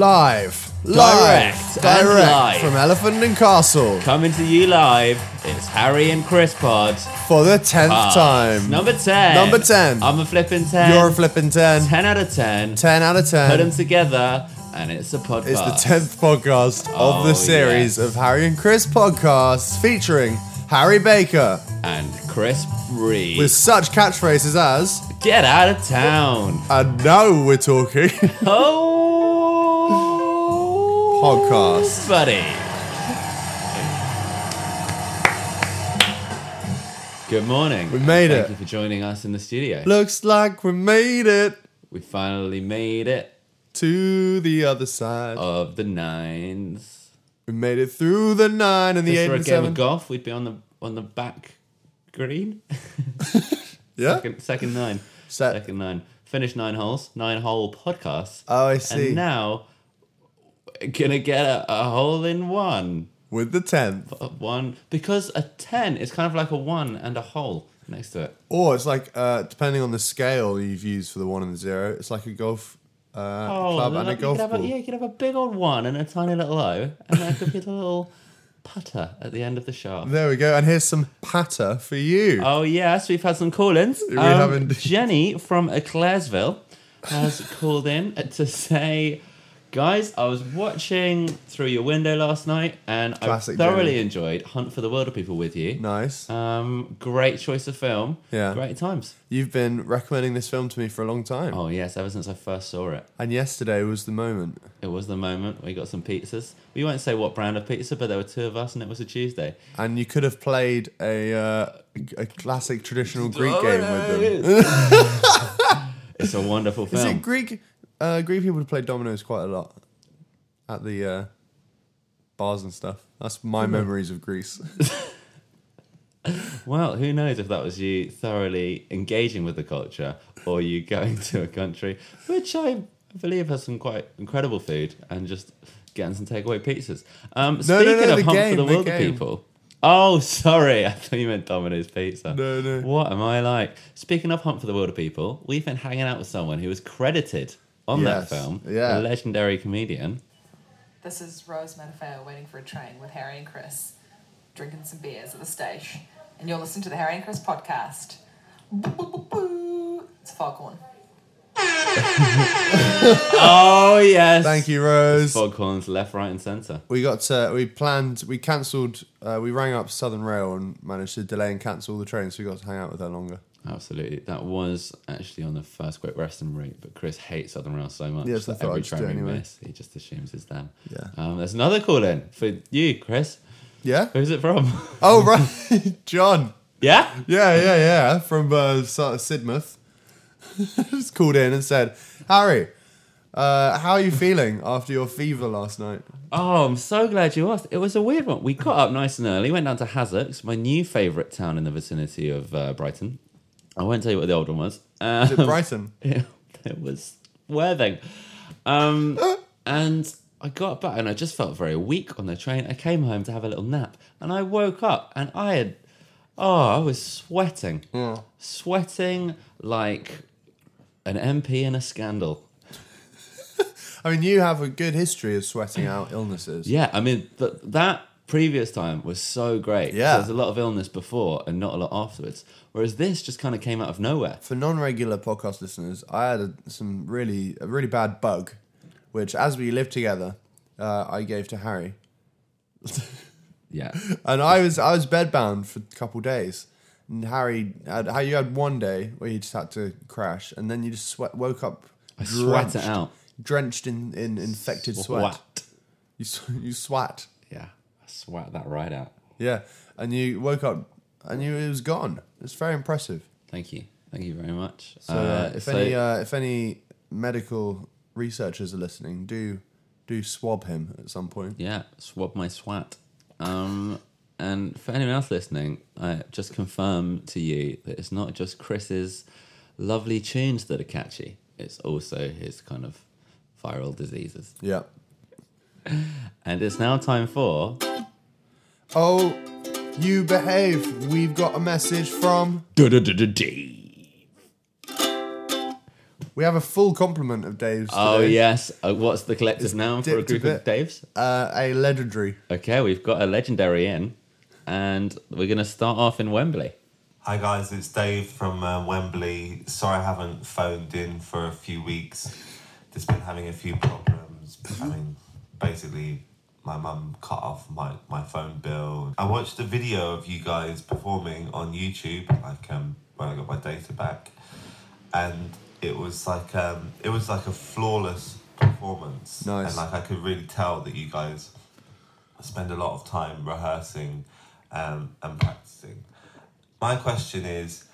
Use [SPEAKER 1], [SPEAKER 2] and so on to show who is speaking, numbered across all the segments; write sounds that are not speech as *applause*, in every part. [SPEAKER 1] Live.
[SPEAKER 2] Direct
[SPEAKER 1] Live.
[SPEAKER 2] and
[SPEAKER 1] Direct
[SPEAKER 2] live.
[SPEAKER 1] from Elephant and Castle
[SPEAKER 2] Coming to you live, it's Harry and Chris Pod.
[SPEAKER 1] for the 10th
[SPEAKER 2] Pod.
[SPEAKER 1] time.
[SPEAKER 2] Ah. Number 10.
[SPEAKER 1] Number 10.
[SPEAKER 2] I'm a flipping 10.
[SPEAKER 1] You're a flipping 10.
[SPEAKER 2] 10 out of 10.
[SPEAKER 1] 10 out of
[SPEAKER 2] Put
[SPEAKER 1] 10.
[SPEAKER 2] them together, and it's a podcast.
[SPEAKER 1] It's the 10th podcast of
[SPEAKER 2] Oh,
[SPEAKER 1] the series
[SPEAKER 2] yes.
[SPEAKER 1] of Harry and Chris podcasts featuring Harry Baker
[SPEAKER 2] And Chris Reed.
[SPEAKER 1] with such catchphrases as,
[SPEAKER 2] Get out of town.
[SPEAKER 1] and now we're talking.
[SPEAKER 2] Oh.
[SPEAKER 1] *laughs* Podcast.
[SPEAKER 2] Buddy. Good morning.
[SPEAKER 1] We made
[SPEAKER 2] Thank
[SPEAKER 1] it.
[SPEAKER 2] Thank you for joining us in the studio.
[SPEAKER 1] Looks like we made it
[SPEAKER 2] We finally made it
[SPEAKER 1] to the other side.
[SPEAKER 2] of the nines.
[SPEAKER 1] We made it through the 9 and the
[SPEAKER 2] If
[SPEAKER 1] 8
[SPEAKER 2] for a
[SPEAKER 1] and
[SPEAKER 2] game of
[SPEAKER 1] 7.
[SPEAKER 2] golf, we'd be on the on the back green.
[SPEAKER 1] Yeah?
[SPEAKER 2] second, second nine.
[SPEAKER 1] *laughs* Set.
[SPEAKER 2] Second nine. Finish nine holes. Nine hole podcasts.
[SPEAKER 1] Oh, I see.
[SPEAKER 2] And now gonna get a, a hole in one.
[SPEAKER 1] With the 10th.
[SPEAKER 2] A one because a ten is kind of like a one and a hole next to it.
[SPEAKER 1] Or it's like uh, depending on the scale you've used for the one and the zero, it's like a golf uh, club
[SPEAKER 2] then
[SPEAKER 1] and a
[SPEAKER 2] I- Oh, you could
[SPEAKER 1] golf
[SPEAKER 2] have
[SPEAKER 1] ball.
[SPEAKER 2] A, yeah, you could have a big old one and a tiny little O, and that could be the little putter at the end of the shaft.
[SPEAKER 1] There we go. And here's some patter for you.
[SPEAKER 2] Oh yes, we've had some call-ins.
[SPEAKER 1] We
[SPEAKER 2] Um,
[SPEAKER 1] have indeed.
[SPEAKER 2] Jenny from Eclairsville has called in to say, "Guys, I was watching through your window last night, and
[SPEAKER 1] Classic
[SPEAKER 2] I thoroughly
[SPEAKER 1] Jenny.
[SPEAKER 2] enjoyed Hunt for the Wilder People with you.
[SPEAKER 1] nice.
[SPEAKER 2] Um, great choice of film.
[SPEAKER 1] Yeah.
[SPEAKER 2] great times.
[SPEAKER 1] You've been recommending this film to me for a long time.
[SPEAKER 2] Oh yes, ever since I first saw it,
[SPEAKER 1] And yesterday was the moment.
[SPEAKER 2] it was the moment we got some pizzas. We won't say what brand of pizza, but there were two of us, and it was a Tuesday.
[SPEAKER 1] And you could have played a uh, a classic traditional
[SPEAKER 2] Oh,
[SPEAKER 1] Greek game with them.
[SPEAKER 2] *laughs*
[SPEAKER 1] *laughs*
[SPEAKER 2] it's a wonderful
[SPEAKER 1] Is
[SPEAKER 2] film.
[SPEAKER 1] it Greek? Uh, Greek people play dominoes quite a lot at the uh, bars and stuff. That's my
[SPEAKER 2] Hmm.
[SPEAKER 1] memories of Greece.
[SPEAKER 2] Well, who knows if that was you thoroughly engaging with the culture or you going to a country which I believe has some quite incredible food and just getting some takeaway pizzas. Um,
[SPEAKER 1] no,
[SPEAKER 2] speaking
[SPEAKER 1] no,
[SPEAKER 2] of
[SPEAKER 1] the
[SPEAKER 2] Hunt
[SPEAKER 1] game,
[SPEAKER 2] for the
[SPEAKER 1] the
[SPEAKER 2] Wilder
[SPEAKER 1] game.
[SPEAKER 2] People. Oh, sorry. *laughs* I thought you meant Domino's Pizza.
[SPEAKER 1] No, no.
[SPEAKER 2] What am I like? Speaking of Hunt for the Wilder People, we've been hanging out with someone who was credited on
[SPEAKER 1] Yes,
[SPEAKER 2] that film.
[SPEAKER 1] yeah.
[SPEAKER 2] A legendary
[SPEAKER 1] *laughs*
[SPEAKER 2] comedian.
[SPEAKER 3] This is Rose Manafeo waiting for a train with Harry and Chris, drinking some beers at the station. And you're listening to the Harry and Chris podcast. Boo, boo, boo, boo. It's Foghorn.
[SPEAKER 2] Oh, yes.
[SPEAKER 1] Thank you, Rose.
[SPEAKER 2] Foghorns left, right, and centre.
[SPEAKER 1] We got to, we planned, we cancelled, uh, we rang up Southern Rail and managed to delay and cancel all the trains, so we got to hang out with her longer.
[SPEAKER 2] Absolutely. That was actually on the first quick resting route, but Chris hates Southern Rail so much
[SPEAKER 1] Yes, I
[SPEAKER 2] that
[SPEAKER 1] thought
[SPEAKER 2] every
[SPEAKER 1] I'd just
[SPEAKER 2] train
[SPEAKER 1] do
[SPEAKER 2] we
[SPEAKER 1] anyway.
[SPEAKER 2] miss, he just assumes it's them.
[SPEAKER 1] Yeah.
[SPEAKER 2] Um, there's another call in for you, Chris.
[SPEAKER 1] Yeah?
[SPEAKER 2] Who's it from? *laughs*
[SPEAKER 1] Oh, right. *laughs* John.
[SPEAKER 2] yeah?
[SPEAKER 1] Yeah, yeah, yeah. From uh, Sy- Sidmouth. *laughs* Just called in and said, Harry, uh, how are you feeling after your fever last night?
[SPEAKER 2] Oh, I'm so glad you asked. It was a weird one. We got up nice and early, went down to Hazzocks, my new favourite town in the vicinity of uh, Brighton. I won't tell you what the old one was. Um,
[SPEAKER 1] Is it Brighton?
[SPEAKER 2] it, *laughs* it was Worthing. Um, and I got back and I just felt very weak on the train. I came home to have a little nap and I woke up and I had, oh, I was sweating. Sweating like an MP in a scandal.
[SPEAKER 1] I mean, you have a good history of sweating out illnesses.
[SPEAKER 2] Yeah, I mean, th- that previous time was so great.
[SPEAKER 1] Yeah.
[SPEAKER 2] There was a lot of illness before and not a lot afterwards. Whereas this just kind of came out of nowhere.
[SPEAKER 1] for non-regular podcast listeners, I had a, some really a really bad bug, which as we lived together, uh, I gave to Harry,
[SPEAKER 2] Yeah.
[SPEAKER 1] and I was I was bedbound for a couple days. And Harry, had, how you had one day where you just had to crash, and then you just sweat, woke up,
[SPEAKER 2] I sweat it out.
[SPEAKER 1] drenched in, in infected sweat.
[SPEAKER 2] Swat.
[SPEAKER 1] You s- you sweat,
[SPEAKER 2] Yeah. I sweat that right out.
[SPEAKER 1] yeah, and you woke up and you it was gone. It's very impressive.
[SPEAKER 2] Thank you. Thank you very much.
[SPEAKER 1] So, uh, if any uh, if any medical researchers are listening, do do swab him at some point.
[SPEAKER 2] yeah, swab my swat. Um, and for anyone else listening, I just confirm to you that it's not just Chris's lovely tunes that are catchy. It's also his kind of viral diseases.
[SPEAKER 1] Yeah.
[SPEAKER 2] And it's now time for
[SPEAKER 1] Oh, you behave. We've got a message from
[SPEAKER 2] Dave.
[SPEAKER 1] We have a full complement of Daves.
[SPEAKER 2] Oh
[SPEAKER 1] today.
[SPEAKER 2] yes. Uh, what's the collector's noun for a
[SPEAKER 1] dipped a
[SPEAKER 2] group of Daves?
[SPEAKER 1] Uh, a legendary.
[SPEAKER 2] Okay, we've got a legendary in, and we're going to start off in Wembley.
[SPEAKER 4] Hi guys, it's Dave from uh, Wembley. Sorry I haven't phoned in for a few weeks. Just been having a few problems. I mean, basically, my mum cut off my, my phone bill. I watched a video of you guys performing on YouTube, like um, when I got my data back, and it was like um, it was like a flawless performance.
[SPEAKER 1] Nice.
[SPEAKER 4] And like I could really tell that you guys spend a lot of time rehearsing um, and practicing. My question is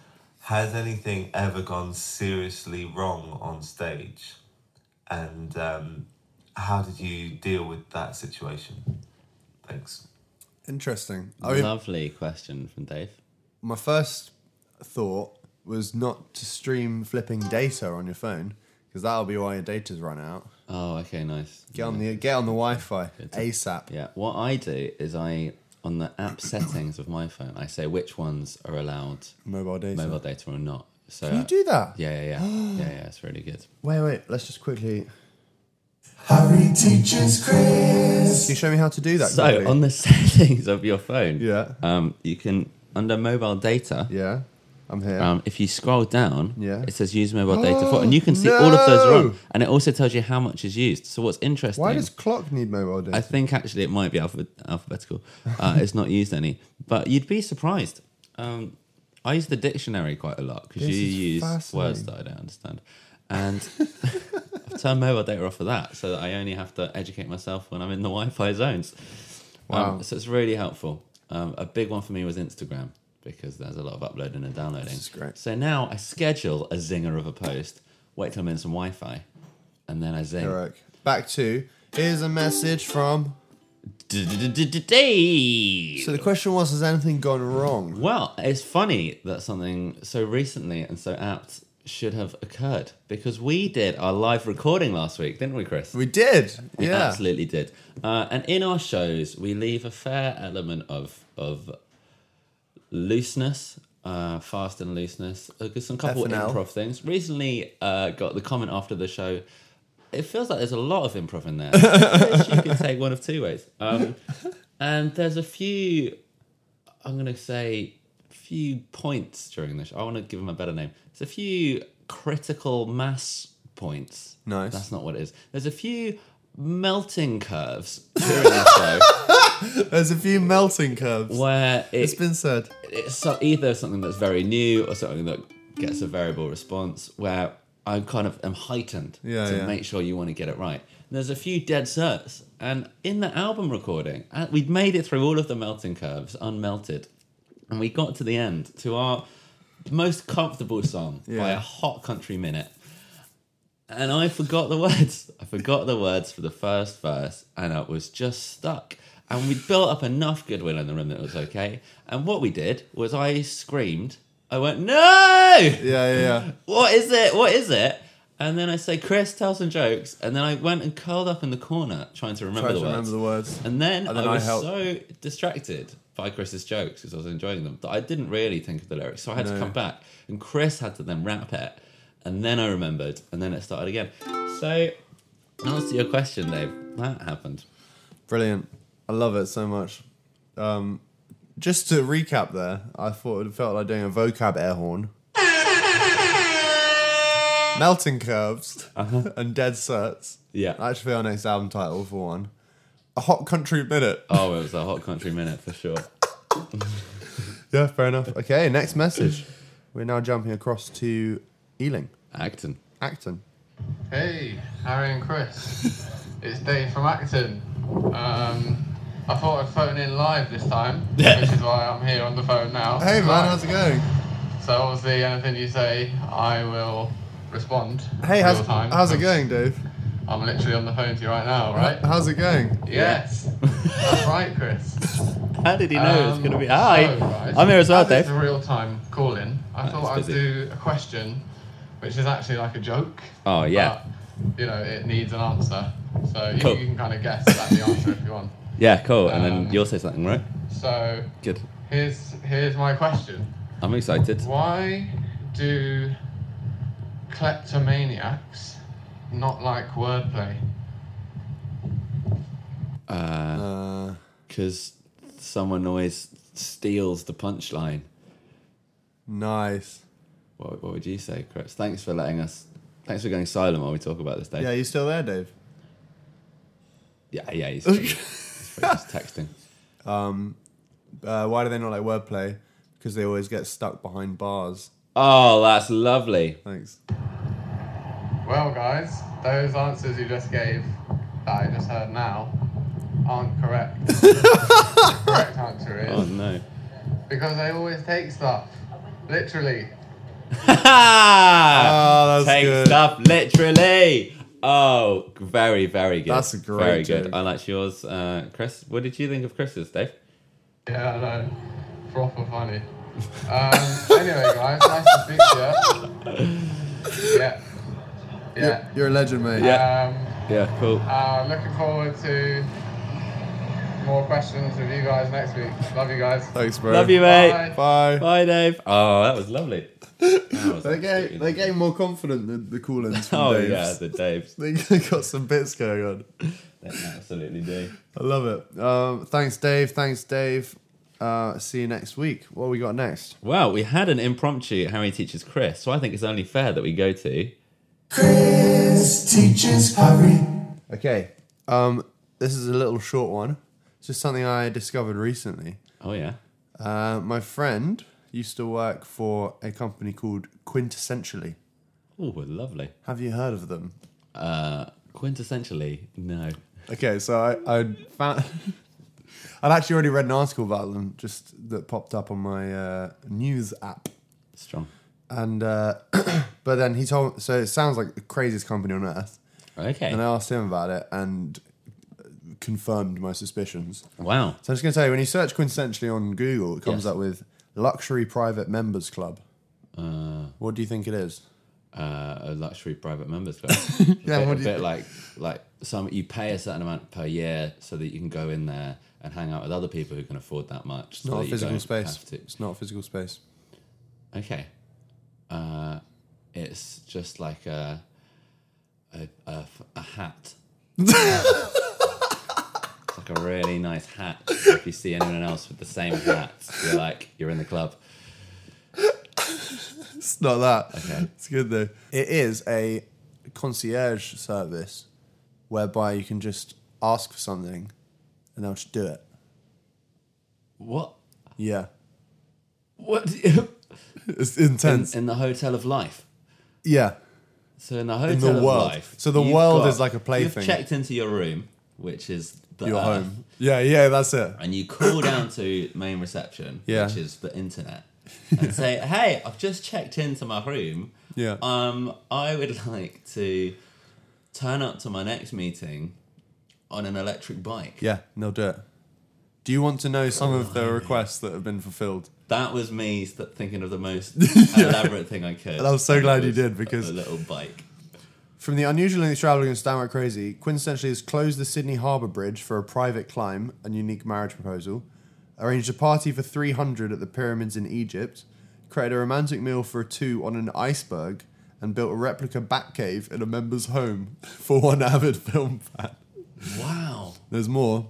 [SPEAKER 4] Has anything ever gone seriously wrong on stage? And um, how did you deal with that situation? Thanks.
[SPEAKER 1] Interesting. I mean,
[SPEAKER 2] Lovely question from Dave.
[SPEAKER 1] my first thought was not to stream flipping data on your phone because that'll be why your data's run out.
[SPEAKER 2] Oh, okay, nice.
[SPEAKER 1] Get on the get on the Wi-Fi ASAP.
[SPEAKER 2] Yeah, what I do is I on the app *coughs* settings of my phone, I say which ones are allowed
[SPEAKER 1] Mobile data.
[SPEAKER 2] mobile data or not. So uh,
[SPEAKER 1] Can you do that?
[SPEAKER 2] Yeah, yeah,
[SPEAKER 1] *gasps*
[SPEAKER 2] yeah, yeah, yeah. It's really good.
[SPEAKER 1] Wait, wait. Let's just quickly.
[SPEAKER 4] Harry teaches Chris.
[SPEAKER 1] Can you show me how to do that? quickly?
[SPEAKER 2] So on the *laughs* settings of your phone,
[SPEAKER 1] Yeah.
[SPEAKER 2] um, you can under mobile data.
[SPEAKER 1] yeah, I'm here.
[SPEAKER 2] Um, if you scroll down,
[SPEAKER 1] Yeah.
[SPEAKER 2] it says use mobile data for, and you can see all of
[SPEAKER 1] *gasps*
[SPEAKER 2] those
[SPEAKER 1] No!
[SPEAKER 2] wrong, and it also tells you how much is used. So what's interesting?
[SPEAKER 1] Why does clock need mobile data?
[SPEAKER 2] I think actually it might be alphabet, alphabetical. Uh, it's not used any, but you'd be surprised. Um, I use the dictionary quite a lot because
[SPEAKER 1] This
[SPEAKER 2] you
[SPEAKER 1] is
[SPEAKER 2] use words
[SPEAKER 1] fascinating.
[SPEAKER 2] that I don't understand, and *laughs* I've turned mobile data off for that, so that I only have to educate myself when I'm in the Wi-Fi zones.
[SPEAKER 1] Wow.
[SPEAKER 2] Um, so it's really helpful. Um, a big one for me was Instagram because there's a lot of uploading and downloading.
[SPEAKER 1] This is great.
[SPEAKER 2] So now I schedule a zinger of a post, wait till I'm in some Wi-Fi, and then I zing.
[SPEAKER 1] Eric, back to here's a message from.
[SPEAKER 2] D-d-d-d-d-d.
[SPEAKER 1] So the question was, has anything gone wrong?
[SPEAKER 2] Well, it's funny that something so recently and so apt should have occurred because we did our live recording last week, didn't we, Chris?
[SPEAKER 1] We did.
[SPEAKER 2] We
[SPEAKER 1] yeah.
[SPEAKER 2] absolutely did. Uh, and in our shows, we leave a fair element of of looseness, uh, fast and looseness. Uh, some couple
[SPEAKER 1] FNL.
[SPEAKER 2] improv things. Recently, uh, got the comment after the show. It feels like there's a lot of
[SPEAKER 1] *laughs*
[SPEAKER 2] improv in there. Which you can take one of two ways. Um, and there's a few. I'm gonna say few points during this. I want to give them a better name. It's a few critical mass points.
[SPEAKER 1] Nice.
[SPEAKER 2] That's not what it is. There's a few melting curves
[SPEAKER 1] *laughs*
[SPEAKER 2] during the
[SPEAKER 1] There's a few melting
[SPEAKER 2] show
[SPEAKER 1] curves.
[SPEAKER 2] where it-
[SPEAKER 1] It's been said.
[SPEAKER 2] it's so- either something that's very new or something that gets a variable response where I kind of am heightened
[SPEAKER 1] Yeah,
[SPEAKER 2] to
[SPEAKER 1] yeah.
[SPEAKER 2] make sure you want to get it right. And there's a few dead certs, and in the album recording, uh, we'd made it through all of the melting curves, unmelted, and we got to the end to our most comfortable song by
[SPEAKER 1] Yeah.
[SPEAKER 2] a hot country minute. And I forgot the words. *laughs* I forgot the words for the first verse, and I was just stuck. And we built up enough goodwill in the room that it was okay. And what we did was I screamed. I went, "No!
[SPEAKER 1] Yeah, yeah, yeah.
[SPEAKER 2] *laughs* What is it? What is it?" And then I say, "Chris, tell some jokes." And then I went and curled up in the corner trying to remember
[SPEAKER 1] Try to
[SPEAKER 2] the words.
[SPEAKER 1] remember the words.
[SPEAKER 2] And then,
[SPEAKER 1] And then
[SPEAKER 2] I
[SPEAKER 1] I
[SPEAKER 2] was
[SPEAKER 1] helped.
[SPEAKER 2] so distracted by Chris's jokes because I was enjoying them that I didn't really think of the lyrics. So I had to
[SPEAKER 1] No.
[SPEAKER 2] come back, and Chris had to then rap it, and then I remembered, and then it started again. So, in answer to your question, Dave, that happened.
[SPEAKER 1] Brilliant. I love it so much. Um, just to recap there, I thought it felt like doing a vocab air horn. Melting curves and dead certs.
[SPEAKER 2] Uh-huh. Yeah.
[SPEAKER 1] *laughs* That should be our next album title for one. A hot country minute.
[SPEAKER 2] Oh, it was a hot country minute for sure.
[SPEAKER 1] Yeah, fair enough. Okay, next message. We're now jumping across to Ealing,
[SPEAKER 2] Acton.
[SPEAKER 1] Acton.
[SPEAKER 5] Hey, Harry and
[SPEAKER 2] *laughs*
[SPEAKER 5] Chris. it's Dave from Acton. Um, I thought I'd phone in live this time, which is why I'm here on the phone now.
[SPEAKER 1] Hey man,
[SPEAKER 5] Live.
[SPEAKER 1] how's it going?
[SPEAKER 5] So obviously, anything you say, I will respond.
[SPEAKER 1] Hey,
[SPEAKER 5] real
[SPEAKER 1] how's,
[SPEAKER 5] time,
[SPEAKER 1] how's it
[SPEAKER 5] because
[SPEAKER 1] going, Dave?
[SPEAKER 5] I'm literally on the phone to you right now, right?
[SPEAKER 1] How's it going?
[SPEAKER 5] yes. That's right, Chris.
[SPEAKER 2] How did *laughs* he know it was
[SPEAKER 5] Um,
[SPEAKER 2] going to be? Hi,
[SPEAKER 5] so, right,
[SPEAKER 2] I'm here as well,
[SPEAKER 5] as It's
[SPEAKER 2] Dave.
[SPEAKER 5] a real time call in. I
[SPEAKER 2] That's
[SPEAKER 5] thought I'd
[SPEAKER 2] busy.
[SPEAKER 5] do a question, which is actually like a joke.
[SPEAKER 2] Oh, yeah.
[SPEAKER 5] But, you know, it needs an answer. So
[SPEAKER 2] Cool.
[SPEAKER 5] you, you can kind of guess that the answer if you want.
[SPEAKER 2] Yeah, cool. And then
[SPEAKER 5] Um,
[SPEAKER 2] you'll say something, right?
[SPEAKER 5] So
[SPEAKER 2] Good.
[SPEAKER 5] here's here's my question.
[SPEAKER 2] I'm excited.
[SPEAKER 5] Why do kleptomaniacs, not like wordplay.
[SPEAKER 1] Uh,
[SPEAKER 2] because someone always steals the punchline.
[SPEAKER 1] nice.
[SPEAKER 2] What, what would you say, Chris? Thanks for letting us. Thanks for going silent while we talk about this, Dave.
[SPEAKER 1] Yeah, you still there, Dave?
[SPEAKER 2] *laughs* yeah, yeah, he's, he's
[SPEAKER 1] *laughs*
[SPEAKER 2] just texting.
[SPEAKER 1] Uh, why do they not like wordplay? Because they always get stuck behind bars.
[SPEAKER 2] Oh, that's lovely.
[SPEAKER 1] Thanks.
[SPEAKER 5] Well, guys, those answers you just gave that I just heard now
[SPEAKER 2] *laughs*
[SPEAKER 5] aren't correct. the correct answer is
[SPEAKER 2] Oh
[SPEAKER 1] *laughs*
[SPEAKER 2] no. *laughs*
[SPEAKER 5] because they always take stuff. Literally.
[SPEAKER 1] Oh, that's
[SPEAKER 2] Take
[SPEAKER 1] good.
[SPEAKER 2] stuff literally. Oh, very, very good.
[SPEAKER 1] That's a great
[SPEAKER 2] Very good.
[SPEAKER 1] joke.
[SPEAKER 2] I like yours, uh, Chris. What did you think of Chris's, Dave?
[SPEAKER 5] Yeah, I know. Proper funny. Um, *laughs* anyway, guys, nice to speak to you. Yeah. Yeah.
[SPEAKER 1] You're a legend, mate.
[SPEAKER 2] Yeah.
[SPEAKER 5] Um,
[SPEAKER 2] Yeah, cool.
[SPEAKER 5] Uh, looking forward to more questions with you guys next week. Love you guys.
[SPEAKER 1] Thanks, bro.
[SPEAKER 2] Love you, mate.
[SPEAKER 1] Bye.
[SPEAKER 2] Bye, Dave. Oh, that was lovely. That
[SPEAKER 1] *laughs*
[SPEAKER 2] was
[SPEAKER 1] They
[SPEAKER 2] absolutely
[SPEAKER 1] get they
[SPEAKER 2] lovely.
[SPEAKER 1] getting more confident than the call-ins from
[SPEAKER 2] Oh
[SPEAKER 1] Dave's.
[SPEAKER 2] yeah, the Daves.
[SPEAKER 1] *laughs* They *laughs* got some bits going on.
[SPEAKER 2] They absolutely do.
[SPEAKER 1] I love it. Um, thanks, Dave. Thanks, Dave. Uh, see you next week. What we got next?
[SPEAKER 2] Well, we had an impromptu Harry teaches Chris, so I think it's only fair that we go to.
[SPEAKER 6] Chris teaches Harry.
[SPEAKER 1] Okay. Um, this is a little short one. It's just something I discovered recently.
[SPEAKER 2] Oh yeah.
[SPEAKER 1] Uh, my friend used to work for a company called Quintessentially.
[SPEAKER 2] Oh, lovely.
[SPEAKER 1] Have you heard of them?
[SPEAKER 2] Uh, quintessentially, no.
[SPEAKER 1] Okay, so I, I found *laughs* I'd actually already read an article about them just that popped up on my uh, news app,
[SPEAKER 2] Strong.
[SPEAKER 1] and uh, *clears throat* but then he told so it sounds like the craziest company on earth,
[SPEAKER 2] Okay.
[SPEAKER 1] and uh, I asked him about it and confirmed my suspicions.
[SPEAKER 2] Wow.
[SPEAKER 1] So I'm just gonna tell you when you search quintessentially on Google, it comes
[SPEAKER 2] Yes.
[SPEAKER 1] up with luxury private members club.
[SPEAKER 2] Uh,
[SPEAKER 1] What do you think it is?
[SPEAKER 2] uh, a luxury private
[SPEAKER 1] *laughs*
[SPEAKER 2] members club.
[SPEAKER 1] Yeah,
[SPEAKER 2] a bit,
[SPEAKER 1] what
[SPEAKER 2] a
[SPEAKER 1] do you
[SPEAKER 2] bit
[SPEAKER 1] think?
[SPEAKER 2] like like some you pay a certain amount per year so that you can go in there and hang out with other people who can afford that much. so
[SPEAKER 1] Not
[SPEAKER 2] that
[SPEAKER 1] a
[SPEAKER 2] you
[SPEAKER 1] physical
[SPEAKER 2] don't
[SPEAKER 1] space.
[SPEAKER 2] have to-
[SPEAKER 1] It's not a physical space.
[SPEAKER 2] Okay. Uh, it's just like a a, a f- a
[SPEAKER 1] *laughs*
[SPEAKER 2] hat. it's like a really nice hat. If you see anyone else with the same hat, you're like you're in the club.
[SPEAKER 1] *laughs* It's not that. *laughs* It's good though. It is a concierge service whereby you can just ask for something and they'll just do it.
[SPEAKER 2] What?
[SPEAKER 1] Yeah.
[SPEAKER 2] What? do you-
[SPEAKER 1] *laughs* It's
[SPEAKER 2] in,
[SPEAKER 1] intense.
[SPEAKER 2] in the hotel of life.
[SPEAKER 1] yeah.
[SPEAKER 2] So in the hotel of
[SPEAKER 1] world.
[SPEAKER 2] life.
[SPEAKER 1] So the
[SPEAKER 2] you've
[SPEAKER 1] world is like a
[SPEAKER 2] You've
[SPEAKER 1] plaything.
[SPEAKER 2] checked into your room, which is the
[SPEAKER 1] Your
[SPEAKER 2] earth,
[SPEAKER 1] home. Yeah, yeah, that's it.
[SPEAKER 2] and you call down to main reception,
[SPEAKER 1] Yeah.
[SPEAKER 2] which is the internet, and say, "Hey, I've just checked into my room.
[SPEAKER 1] Yeah.
[SPEAKER 2] Um, I would *laughs* like to turn up to my next meeting on an electric bike."
[SPEAKER 1] Yeah, and they'll do it. Do you want to know some of the requests that have been fulfilled?
[SPEAKER 2] That was me st- thinking of the
[SPEAKER 1] *laughs*
[SPEAKER 2] most elaborate thing I could.
[SPEAKER 1] And I'm so glad you
[SPEAKER 2] was
[SPEAKER 1] did, because-
[SPEAKER 2] a little bike.
[SPEAKER 1] From the unusual and extravagant Stammer Crazy, quintessentially has closed the Sydney Harbour Bridge for a private climb and unique marriage proposal, arranged a party for 300 at the pyramids in Egypt, created a romantic meal for two on an iceberg, and built a replica bat cave in a member's home *laughs* for one avid film fan.
[SPEAKER 2] Wow.
[SPEAKER 1] There's more.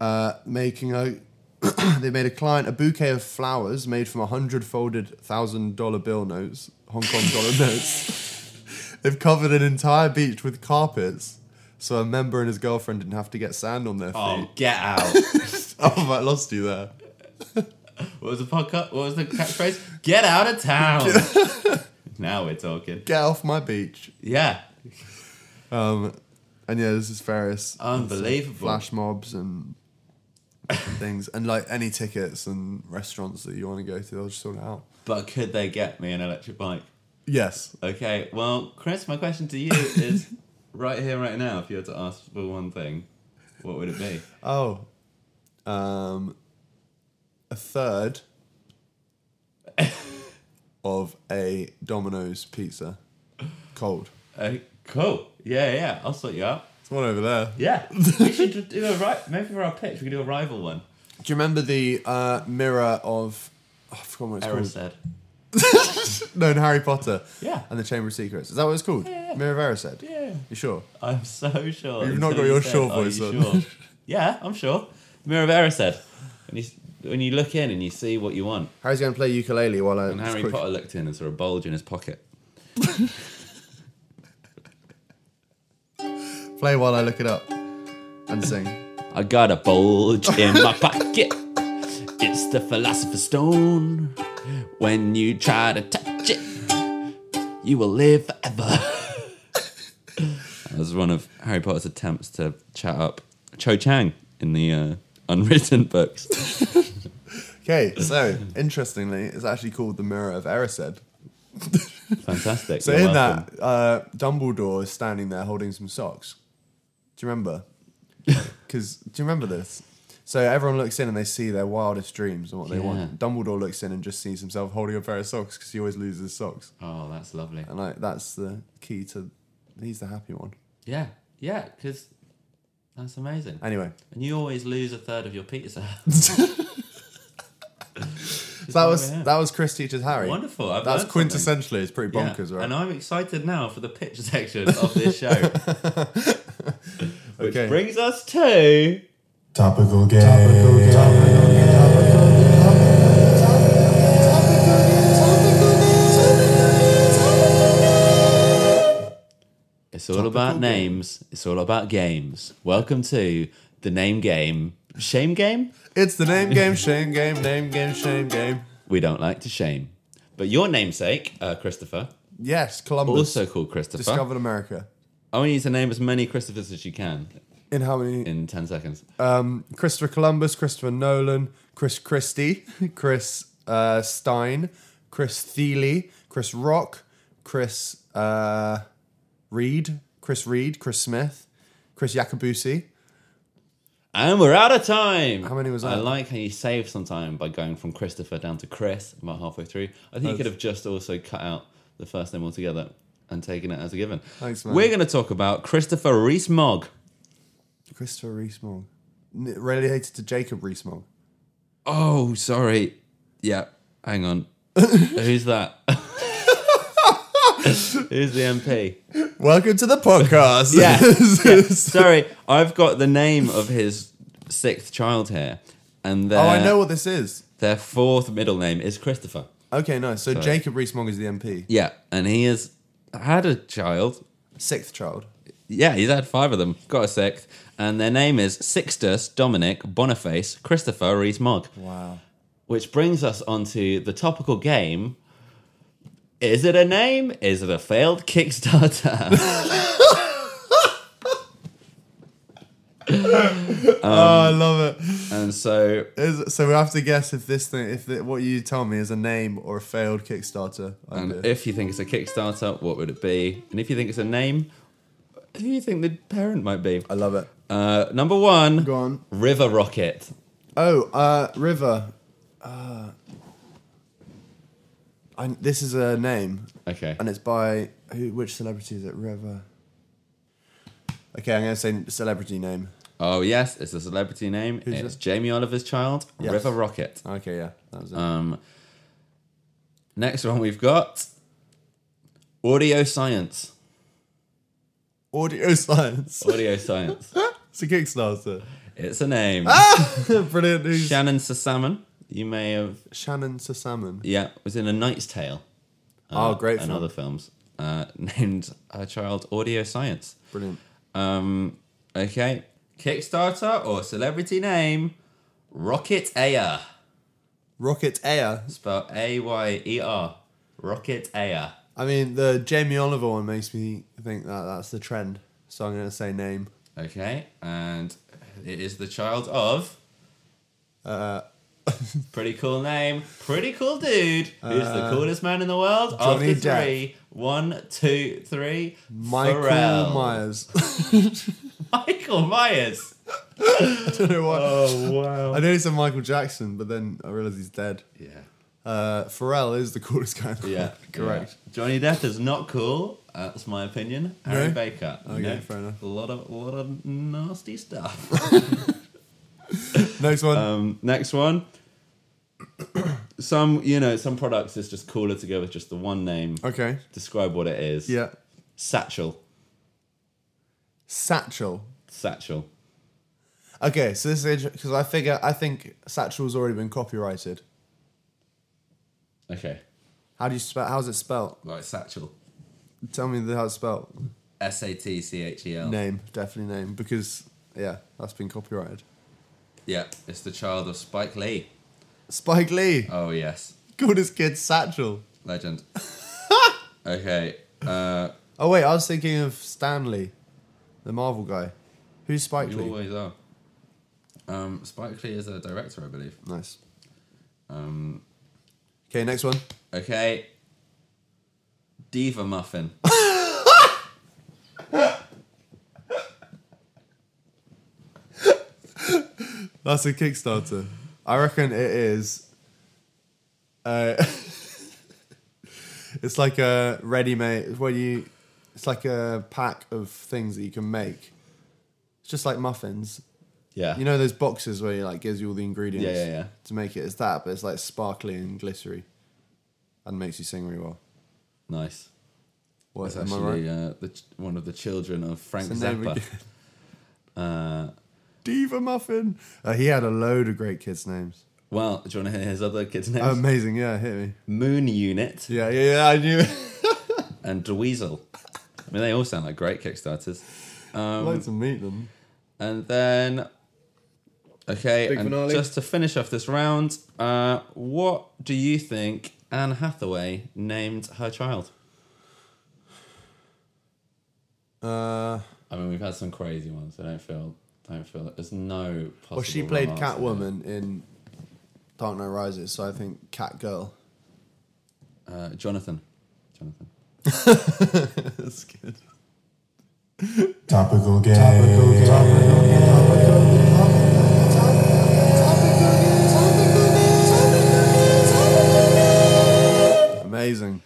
[SPEAKER 1] Uh, making a *coughs* they made a client a bouquet of flowers made from a hundred folded thousand dollar bill notes, Hong Kong *laughs* dollar notes. They've covered an entire beach with carpets, so a member and his girlfriend didn't have to get sand on their feet.
[SPEAKER 2] Oh,
[SPEAKER 1] Oh,
[SPEAKER 2] get
[SPEAKER 1] *laughs*
[SPEAKER 2] out.
[SPEAKER 1] I lost you there.
[SPEAKER 2] What was the podcast? What was the catchphrase? Get out of town. *laughs* now we're talking.
[SPEAKER 1] Get off my beach.
[SPEAKER 2] Yeah,
[SPEAKER 1] Um, and yeah, this is various
[SPEAKER 2] Unbelievable.
[SPEAKER 1] flash mobs and different things, and like any tickets and restaurants that you want to go to, they'll just sort it out.
[SPEAKER 2] but could they get me an electric bike?
[SPEAKER 1] Yes,
[SPEAKER 2] Okay, well, Chris, my question to you
[SPEAKER 1] *laughs*
[SPEAKER 2] is right here, right now. If you had to ask for one thing, what would it be?
[SPEAKER 1] Oh. Um a
[SPEAKER 2] *laughs*
[SPEAKER 1] third of a Domino's pizza. Cold.
[SPEAKER 2] Uh, cool. Yeah, yeah. I'll sort you out.
[SPEAKER 1] It's one over there.
[SPEAKER 2] Yeah, *laughs* we should do a right. Maybe for our pitch, we can do a rival one.
[SPEAKER 1] Do you remember the uh, mirror of oh, I forgot what it's *laughs*
[SPEAKER 2] Error
[SPEAKER 1] called.
[SPEAKER 2] said.
[SPEAKER 1] known Harry Potter
[SPEAKER 2] Yeah.
[SPEAKER 1] and the Chamber of Secrets. Is that what it's called?
[SPEAKER 2] Yeah.
[SPEAKER 1] Mira Vera said.
[SPEAKER 2] Yeah.
[SPEAKER 1] You sure?
[SPEAKER 2] I'm so sure.
[SPEAKER 1] You've not
[SPEAKER 2] until
[SPEAKER 1] got
[SPEAKER 2] you
[SPEAKER 1] your
[SPEAKER 2] said,
[SPEAKER 1] sure
[SPEAKER 2] "Are
[SPEAKER 1] voice
[SPEAKER 2] you
[SPEAKER 1] on." *laughs*
[SPEAKER 2] sure?" yeah, I'm sure. Miravera said, when you, when you look in and you see what you want.
[SPEAKER 1] Harry's going to play ukulele while I.
[SPEAKER 2] And Harry Potter looked in and saw a bulge in his pocket.
[SPEAKER 1] Play while I look it up and
[SPEAKER 2] *laughs*
[SPEAKER 1] sing.
[SPEAKER 2] I got a bulge in my pocket. It's the philosopher's stone. When you try to touch it, you will live forever. that was one of Harry Potter's attempts to chat up Cho Chang in the uh, unwritten books.
[SPEAKER 1] Okay, so interestingly, it's actually called the Mirror of Erised.
[SPEAKER 2] Fantastic.
[SPEAKER 1] So
[SPEAKER 2] You're
[SPEAKER 1] in
[SPEAKER 2] welcome.
[SPEAKER 1] that, uh, Dumbledore is standing there holding some socks. Do you
[SPEAKER 2] *laughs*
[SPEAKER 1] remember? Because do you remember this? So everyone looks in and they see their wildest dreams and what they want. Dumbledore looks in and just sees himself holding a pair of socks because he always loses his socks.
[SPEAKER 2] Oh, that's lovely.
[SPEAKER 1] And like that's the key to. He's the happy one.
[SPEAKER 2] Yeah, yeah, because that's amazing.
[SPEAKER 1] Anyway,
[SPEAKER 2] And you always lose a third of your pizza. *laughs*
[SPEAKER 1] so that was that was Chris teaches Harry.
[SPEAKER 2] Wonderful. I've
[SPEAKER 1] That's
[SPEAKER 2] learned something.
[SPEAKER 1] quintessentially it's pretty bonkers, right?
[SPEAKER 2] And I'm excited now for the pitch section of
[SPEAKER 1] *laughs*
[SPEAKER 2] this show. Which
[SPEAKER 1] Okay.
[SPEAKER 2] brings us to
[SPEAKER 6] Topical game. Topical game.
[SPEAKER 2] It's all about names. It's all about games. Welcome to the name game. Shame game?
[SPEAKER 1] It's the
[SPEAKER 2] *laughs*
[SPEAKER 1] name game, shame game, name game, shame game.
[SPEAKER 2] We don't like to shame. But your namesake, uh, Christopher,
[SPEAKER 1] Yes, Columbus
[SPEAKER 2] also called Christopher.
[SPEAKER 1] discovered America.
[SPEAKER 2] I want you to name as many Christophers as you can
[SPEAKER 1] In how many?
[SPEAKER 2] in 10 seconds.
[SPEAKER 1] Christopher Columbus, Christopher Nolan, Chris *laughs* Christie, Chris uh, Stein, Chris Thiele, Chris Rock, Chris uh, Reed, Chris Reed, Chris Smith, Chris Yakabusi.
[SPEAKER 2] And we're out of time.
[SPEAKER 1] How many was
[SPEAKER 2] I
[SPEAKER 1] that?
[SPEAKER 2] like how you saved some time by going from Christopher down to Chris about halfway through. I think you could have just also cut out the first name altogether and taken it as a given.
[SPEAKER 1] Thanks, man.
[SPEAKER 2] We're going to talk about Christopher Rees Mogg.
[SPEAKER 1] Christopher Rees-Mogg. N- Related to Jacob Rees-Mogg.
[SPEAKER 2] Oh, sorry. Yeah,
[SPEAKER 1] *laughs*
[SPEAKER 2] hang on. Who's that? Who's the
[SPEAKER 1] *laughs*
[SPEAKER 2] MP?
[SPEAKER 1] Welcome to the *laughs* podcast.
[SPEAKER 2] Yeah. Yeah, Sorry, I've got the name of his sixth child here, and their,
[SPEAKER 1] Oh, I know what this is.
[SPEAKER 2] their fourth middle name is Christopher.
[SPEAKER 1] Okay, nice. So Jacob Rees-Mogg is the MP.
[SPEAKER 2] Yeah, and he has had a child.
[SPEAKER 1] Sixth child.
[SPEAKER 2] Yeah, he's had five of them, got a sixth, and their name is Sixtus Dominic Boniface Christopher Rees Mogg.
[SPEAKER 1] Wow.
[SPEAKER 2] Which brings us onto the topical game. Is it a name? Is it a failed Kickstarter? *laughs*
[SPEAKER 1] oh, I love it.
[SPEAKER 2] and so
[SPEAKER 1] Is, so we have to guess if this thing, if the, what you tell me is a name or a failed Kickstarter.
[SPEAKER 2] And
[SPEAKER 1] idea.
[SPEAKER 2] if you think it's a Kickstarter, what would it be? And if you think it's a name, who do you think the parent might be?
[SPEAKER 1] I love it.
[SPEAKER 2] Uh, number one,
[SPEAKER 1] Go on.
[SPEAKER 2] River Rocket.
[SPEAKER 1] Oh, uh, River. Uh, I, this is a name,
[SPEAKER 2] Okay.
[SPEAKER 1] and it's by who? Which celebrity is it? River. Okay, I'm gonna say celebrity name.
[SPEAKER 2] Oh yes, it's a celebrity name.
[SPEAKER 1] Who's
[SPEAKER 2] it's
[SPEAKER 1] it?
[SPEAKER 2] Jamie Oliver's child,
[SPEAKER 1] Yes.
[SPEAKER 2] River Rocket.
[SPEAKER 1] Okay, yeah, that was it.
[SPEAKER 2] Um, next one we've got Audio Science.
[SPEAKER 1] Audio *laughs* Science. Ah!
[SPEAKER 2] Audio Science.
[SPEAKER 1] it's a Kickstarter.
[SPEAKER 2] *laughs*
[SPEAKER 1] *laughs*
[SPEAKER 2] It's a name.
[SPEAKER 1] Brilliant news.
[SPEAKER 2] Shannon Sassamon. You may have
[SPEAKER 1] Shannon Sassamon.
[SPEAKER 2] yeah was in A Knight's Tale. Uh,
[SPEAKER 1] oh, great
[SPEAKER 2] and
[SPEAKER 1] film.
[SPEAKER 2] other films. Uh, *laughs* named her child Audio Science.
[SPEAKER 1] Brilliant.
[SPEAKER 2] Um, okay. Kickstarter or celebrity name? Rocket Air.
[SPEAKER 1] Rocket Air.
[SPEAKER 2] Spelled A Y E R. Rocket Air.
[SPEAKER 1] I mean, the Jamie Oliver one makes me think that that's the trend. So I'm gonna say name.
[SPEAKER 2] Okay. And it is the child of.
[SPEAKER 1] *laughs*
[SPEAKER 2] Uh. pretty cool name. Pretty cool dude. Who's the coolest man in the world?
[SPEAKER 1] Uh, Johnny
[SPEAKER 2] After three. One, two, three.
[SPEAKER 1] Michael
[SPEAKER 2] Pharrell.
[SPEAKER 1] Myers.
[SPEAKER 2] Michael Myers.
[SPEAKER 1] I *laughs* don't know why.
[SPEAKER 2] Oh, wow.
[SPEAKER 1] I know it's a Michael Jackson, but then I realize he's dead.
[SPEAKER 2] Yeah.
[SPEAKER 1] Uh, Pharrell is the coolest guy. in the
[SPEAKER 2] Yeah,
[SPEAKER 1] world. *laughs* correct.
[SPEAKER 2] yeah. Johnny Depp is not cool. uh, That's my opinion. Harry
[SPEAKER 1] No?
[SPEAKER 2] Baker.
[SPEAKER 1] Okay,
[SPEAKER 2] no.
[SPEAKER 1] fair enough.
[SPEAKER 2] A lot of a lot of nasty stuff. *laughs*
[SPEAKER 1] Next one,
[SPEAKER 2] um, next one, *clears throat* some you know some products is just cooler to go with just the one name.
[SPEAKER 1] Okay.
[SPEAKER 2] Describe what it is.
[SPEAKER 1] Yeah.
[SPEAKER 2] Satchel.
[SPEAKER 1] Satchel.
[SPEAKER 2] Satchel.
[SPEAKER 1] Okay, so this is because I figure I think satchel's already been copyrighted.
[SPEAKER 2] Okay.
[SPEAKER 1] How do you spell? How's it spelled?
[SPEAKER 7] Right, satchel.
[SPEAKER 1] Tell me the- how it's spelled.
[SPEAKER 7] S A T C H E L.
[SPEAKER 1] Name, definitely name, because yeah, that's been copyrighted.
[SPEAKER 7] Yeah, it's the child of Spike Lee.
[SPEAKER 1] Spike Lee
[SPEAKER 7] Oh yes,
[SPEAKER 1] called his kid Satchel. *laughs*
[SPEAKER 7] legend. okay, uh,
[SPEAKER 1] Oh wait, I was thinking of Stanley, the Marvel guy. Who's Spike
[SPEAKER 7] you
[SPEAKER 1] Lee?
[SPEAKER 7] always are. Um, Spike Lee is a director, I believe.
[SPEAKER 1] Nice.
[SPEAKER 7] Um,
[SPEAKER 1] Okay, next one.
[SPEAKER 7] okay, diva muffin.
[SPEAKER 1] That's a Kickstarter. I reckon it is. Uh, *laughs* it's like a ready-made. When you, it's like a pack of things that you can make. It's just like muffins.
[SPEAKER 2] *laughs* Yeah.
[SPEAKER 1] You know those boxes where you like gives you all the ingredients.
[SPEAKER 2] Yeah, yeah, yeah.
[SPEAKER 1] To make it, it's that, but it's like sparkly and glittery, and makes you sing really well.
[SPEAKER 2] nice.
[SPEAKER 1] What
[SPEAKER 7] It's
[SPEAKER 1] am I right?
[SPEAKER 7] actually uh, the ch- one of the children of Frank
[SPEAKER 1] It's a name
[SPEAKER 7] Zappa.
[SPEAKER 1] again. *laughs* Diva Muffin. Uh, he had a load of great kids' names.
[SPEAKER 2] Well, do you want to hear his other kids' names?
[SPEAKER 1] Amazing, yeah, hit me.
[SPEAKER 2] Moon Unit
[SPEAKER 1] Um, Yeah, yeah, yeah, I knew.
[SPEAKER 2] and Dweezil. I mean, they all sound like great Kickstarters.
[SPEAKER 1] I'd like to meet them.
[SPEAKER 2] And then, okay,
[SPEAKER 1] Big
[SPEAKER 2] and
[SPEAKER 1] finale.
[SPEAKER 2] just to finish off this round, uh, what do you think Anne Hathaway named her child?
[SPEAKER 1] Uh,
[SPEAKER 2] I mean, we've had some crazy ones. I don't feel, don't feel. There's no possible.
[SPEAKER 1] well, she played
[SPEAKER 2] wrong answer.
[SPEAKER 1] Catwoman in Dark Knight Rises, so I think Catgirl.
[SPEAKER 2] Uh, Jonathan. Jonathan.
[SPEAKER 1] That's good.
[SPEAKER 6] Topical gay. Topical gay. Topical gay.
[SPEAKER 1] Amazing.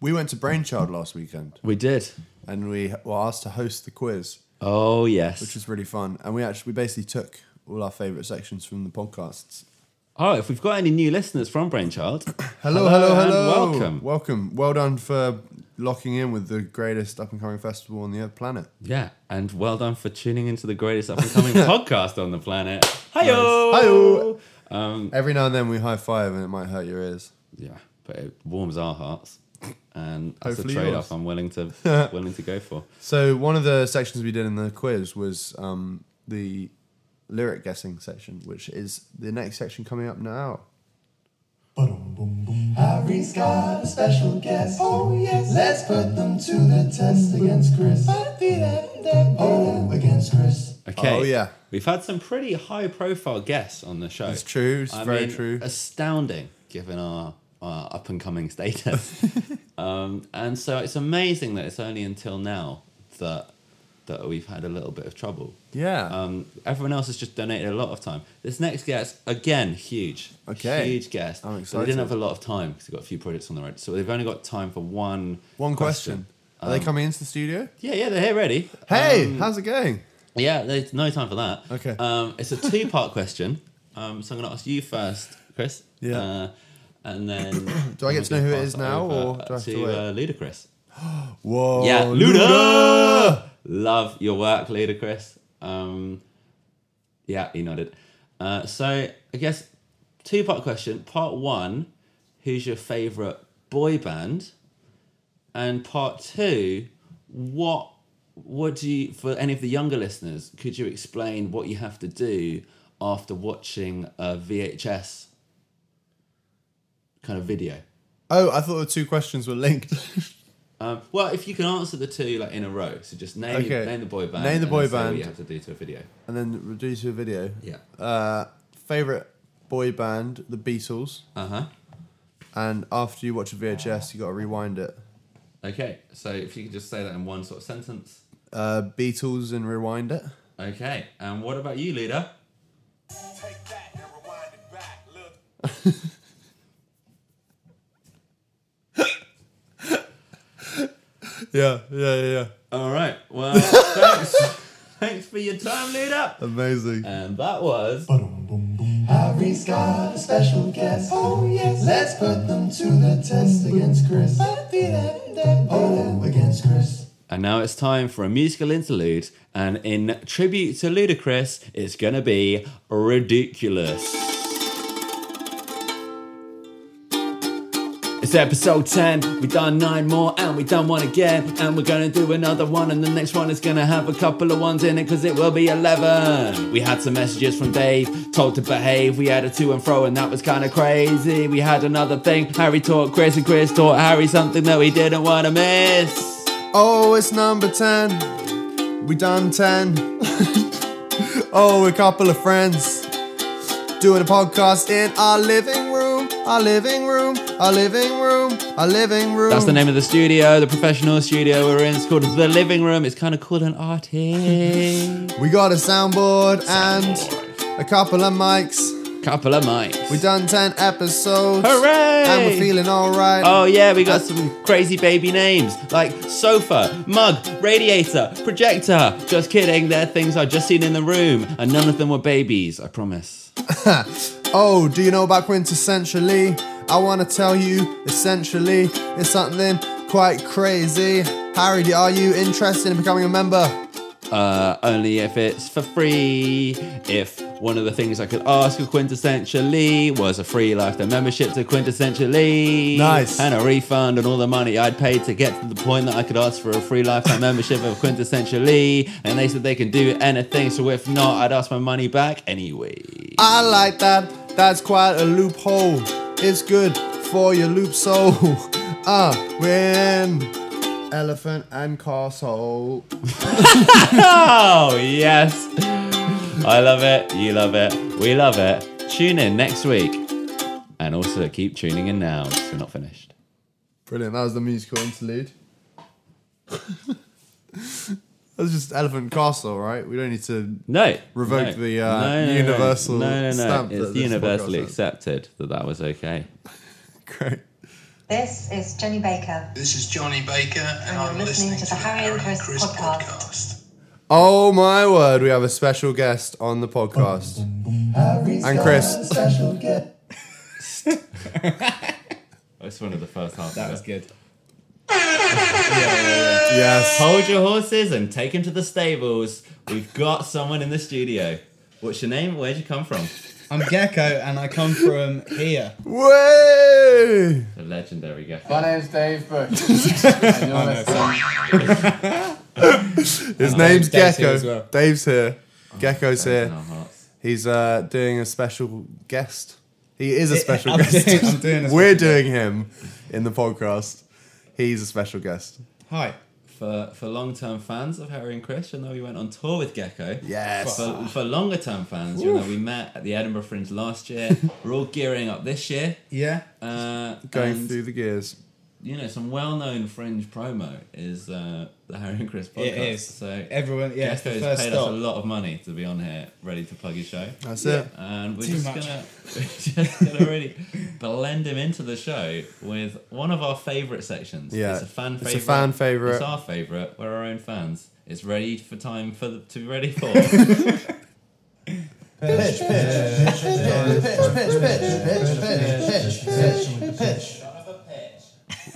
[SPEAKER 1] We went to Brainchild last weekend,
[SPEAKER 2] We did.
[SPEAKER 1] and we were asked to host the quiz,
[SPEAKER 2] Oh yes.
[SPEAKER 1] which was really fun. And we actually, we basically took all our favourite sections from the podcasts.
[SPEAKER 2] oh, if we've got any new listeners from Brainchild, *coughs*
[SPEAKER 1] Hello, hello,
[SPEAKER 2] and
[SPEAKER 1] hello.
[SPEAKER 2] welcome.
[SPEAKER 1] Welcome. Well done for locking in with the greatest up and coming festival on the earth planet.
[SPEAKER 2] Yeah, and well done for tuning into the greatest up and *laughs* coming podcast on the planet. Hiyo,
[SPEAKER 1] Hi-yo.
[SPEAKER 2] Um,
[SPEAKER 1] Every now and then we high five and it might hurt your ears.
[SPEAKER 2] yeah, but it warms our hearts, and that's
[SPEAKER 1] Hopefully
[SPEAKER 2] a trade-off
[SPEAKER 1] yours.
[SPEAKER 2] I'm willing to
[SPEAKER 1] *laughs*
[SPEAKER 2] willing to go for.
[SPEAKER 1] So one of the sections we did in the quiz was um, the lyric guessing section, which is the next section coming up now.
[SPEAKER 8] Harry's got a special guest. Oh yes. Let's put them to the test against Chris. Oh, against Chris.
[SPEAKER 2] Okay.
[SPEAKER 1] Oh, yeah.
[SPEAKER 2] we've had some pretty high-profile guests on the show.
[SPEAKER 1] It's true. It's
[SPEAKER 2] I
[SPEAKER 1] very
[SPEAKER 2] mean,
[SPEAKER 1] true.
[SPEAKER 2] Astounding, given our, our up and
[SPEAKER 1] *laughs*
[SPEAKER 2] coming status. um, and so it's amazing that it's only until now that that we've had a little bit of trouble.
[SPEAKER 1] Yeah.
[SPEAKER 2] Um, everyone else has just donated a lot of time. This next guest, again, huge.
[SPEAKER 1] Okay.
[SPEAKER 2] Huge guest.
[SPEAKER 1] I'm
[SPEAKER 2] But they
[SPEAKER 1] excited.
[SPEAKER 2] didn't have a lot of time because they've got a few projects on the road. So they've only got time for one
[SPEAKER 1] One question. Are they coming into the studio?
[SPEAKER 2] Yeah, yeah, they're here ready.
[SPEAKER 1] Hey,
[SPEAKER 2] Um,
[SPEAKER 1] how's it going?
[SPEAKER 2] yeah, there's no time for that.
[SPEAKER 1] Okay.
[SPEAKER 2] Um, it's a two part *laughs* question. Um, so I'm going to ask you first, Chris.
[SPEAKER 1] Yeah.
[SPEAKER 2] Uh, and then.
[SPEAKER 1] *coughs* Do I get to know who it is now, or do I have to
[SPEAKER 2] to
[SPEAKER 1] wait?
[SPEAKER 2] uh, Ludacris?
[SPEAKER 1] Whoa.
[SPEAKER 2] yeah,
[SPEAKER 1] Luda!
[SPEAKER 2] Luda! Love your work, Ludacris. Um, yeah, he nodded. Uh, so I guess two part question. Part one who's your favourite boy band? And part two, what what do you for any of the younger listeners could you explain what you have to do after watching a vhs kind of video
[SPEAKER 1] Oh, I thought the two questions were linked. *laughs*
[SPEAKER 2] um, well if you can answer the two like in a row so just name
[SPEAKER 1] Okay.
[SPEAKER 2] name the boy band
[SPEAKER 1] Name the
[SPEAKER 2] and
[SPEAKER 1] boy
[SPEAKER 2] then say what
[SPEAKER 1] band.
[SPEAKER 2] you have to do to a video
[SPEAKER 1] and then reduce to a video.
[SPEAKER 2] yeah
[SPEAKER 1] Uh, favorite boy band, The Beatles.
[SPEAKER 2] uh-huh
[SPEAKER 1] And after you watch a VHS, you got to rewind it.
[SPEAKER 2] okay so if you could just say that in one sort of sentence
[SPEAKER 1] Uh, Beatles and rewind it.
[SPEAKER 2] okay and what about you leader
[SPEAKER 1] Yeah, yeah, yeah. yeah.
[SPEAKER 2] all right well *laughs* thanks thanks for your time leader
[SPEAKER 1] Amazing.
[SPEAKER 2] and that was
[SPEAKER 6] Ba-dum-bum-bum.
[SPEAKER 8] Harry's got a special guest. Oh yes, let's put them to the test against Chris. Oh, against Chris.
[SPEAKER 2] And now it's time for a musical interlude, and in tribute to Ludacris, it's gonna be ridiculous. It's episode 10, we done nine more and we done one again. And we're gonna do another one, and the next one is gonna have a couple of ones in it, cause it will be 11. We had some messages from Dave, told to behave. We had a to and fro, and that was kinda crazy. We had another thing, Harry taught Chris, and Chris taught Harry something that we didn't wanna miss.
[SPEAKER 1] Oh, it's number 10. We done 10. *laughs* oh, we're a couple of friends. Doing a podcast in our living room, our living room, our living room, our living room.
[SPEAKER 2] That's the name of the studio, the professional studio we're in. It's called The Living Room. It's kind of called
[SPEAKER 1] *laughs*
[SPEAKER 2] an arty.
[SPEAKER 1] We got a soundboard and a couple of mics.
[SPEAKER 2] Couple of mics.
[SPEAKER 1] We done 10 episodes.
[SPEAKER 2] Hooray!
[SPEAKER 1] And we're feeling alright.
[SPEAKER 2] Oh yeah, we got some crazy baby names like sofa, mug, radiator, projector. Just kidding, they're things I've just seen in the room, and none of them were babies, I promise.
[SPEAKER 1] Oh, do you know about quintessentially? I want to tell you, essentially, it's something quite crazy. Harry, are you interested in becoming a member?
[SPEAKER 2] Uh, only if it's for free. If one of the things I could ask of Quintessentially was a free lifetime membership to Quintessentially.
[SPEAKER 1] Nice.
[SPEAKER 2] And a refund and all the money I'd paid to get to the point that I could ask for a free lifetime membership of Quintessentially. And they said they can do anything, so if not, I'd ask my money back anyway.
[SPEAKER 1] I like that. That's quite a loophole. It's good for your loop soul. *laughs* Ah, uh, when elephant and castle.
[SPEAKER 2] Oh, yes. I love it. You love it. We love it. Tune in next week. And also keep tuning in now 'cause we're not finished.
[SPEAKER 1] Brilliant. That was the musical interlude. *laughs* that was just elephant and castle, right? We don't need to
[SPEAKER 2] No.
[SPEAKER 1] Revoke
[SPEAKER 2] no,
[SPEAKER 1] the, uh, universal
[SPEAKER 2] No, no, no.
[SPEAKER 1] stamp that
[SPEAKER 2] it's
[SPEAKER 1] this
[SPEAKER 2] universally
[SPEAKER 1] podcast has.
[SPEAKER 2] accepted that that was okay.
[SPEAKER 1] Great.
[SPEAKER 9] This is Jenny Baker.
[SPEAKER 10] This is Johnny Baker, and,
[SPEAKER 9] And
[SPEAKER 10] I'm listening, to the Harry and Chris,
[SPEAKER 9] podcast.
[SPEAKER 10] podcast.
[SPEAKER 1] Oh my word, we have a special guest on the podcast.
[SPEAKER 8] Harry's
[SPEAKER 1] And
[SPEAKER 8] got
[SPEAKER 1] Chris.
[SPEAKER 8] a special guest.
[SPEAKER 2] That's one of the first half.
[SPEAKER 7] That was good.
[SPEAKER 1] Yes.
[SPEAKER 2] Hold your horses and take them to the stables. We've got someone in the studio. What's your name? Where'd you come from?
[SPEAKER 11] I'm Gecko and I come from here.
[SPEAKER 1] Way!
[SPEAKER 2] The legendary guy.
[SPEAKER 5] My name's Dave Bush. and you're listening.
[SPEAKER 1] His name's
[SPEAKER 11] Dave's
[SPEAKER 1] Gecko.
[SPEAKER 11] here as well. Oh,
[SPEAKER 1] Dave's here. Gecko's
[SPEAKER 2] In
[SPEAKER 1] here.
[SPEAKER 2] our hearts.
[SPEAKER 1] He's uh, doing a special guest. He is a special
[SPEAKER 11] I'm
[SPEAKER 1] guest. *laughs*
[SPEAKER 11] doing- I'm doing a
[SPEAKER 1] We're
[SPEAKER 11] special
[SPEAKER 1] doing him in the podcast. He's a special guest.
[SPEAKER 11] Hi.
[SPEAKER 2] For for long term fans of Harry and Chris, you'll know we went on tour with Gecko.
[SPEAKER 1] Yes.
[SPEAKER 2] For, for longer term fans, you'll know we met at the Edinburgh Fringe last year. We're all gearing up this year.
[SPEAKER 11] Yeah.
[SPEAKER 2] Uh,
[SPEAKER 1] Going
[SPEAKER 2] and-
[SPEAKER 1] through the gears.
[SPEAKER 2] you know, some well-known fringe promo is uh, the Harry and Chris podcast.
[SPEAKER 11] It is.
[SPEAKER 2] So
[SPEAKER 11] Everyone, yeah, it's the
[SPEAKER 2] Gecko's
[SPEAKER 11] first
[SPEAKER 2] paid us a
[SPEAKER 11] stop.
[SPEAKER 2] lot of money to be on here, ready to plug his show,
[SPEAKER 1] That's it.
[SPEAKER 2] and we're
[SPEAKER 11] Too
[SPEAKER 2] just
[SPEAKER 11] much.
[SPEAKER 2] gonna *laughs* we're just gonna really blend him into the show with one of our favourite sections.
[SPEAKER 1] Yeah.
[SPEAKER 2] it's a fan
[SPEAKER 1] It's a
[SPEAKER 2] favorite.
[SPEAKER 1] fan favourite.
[SPEAKER 2] It's our favourite. We're our own fans. It's ready for time for the, to be ready *laughs* for.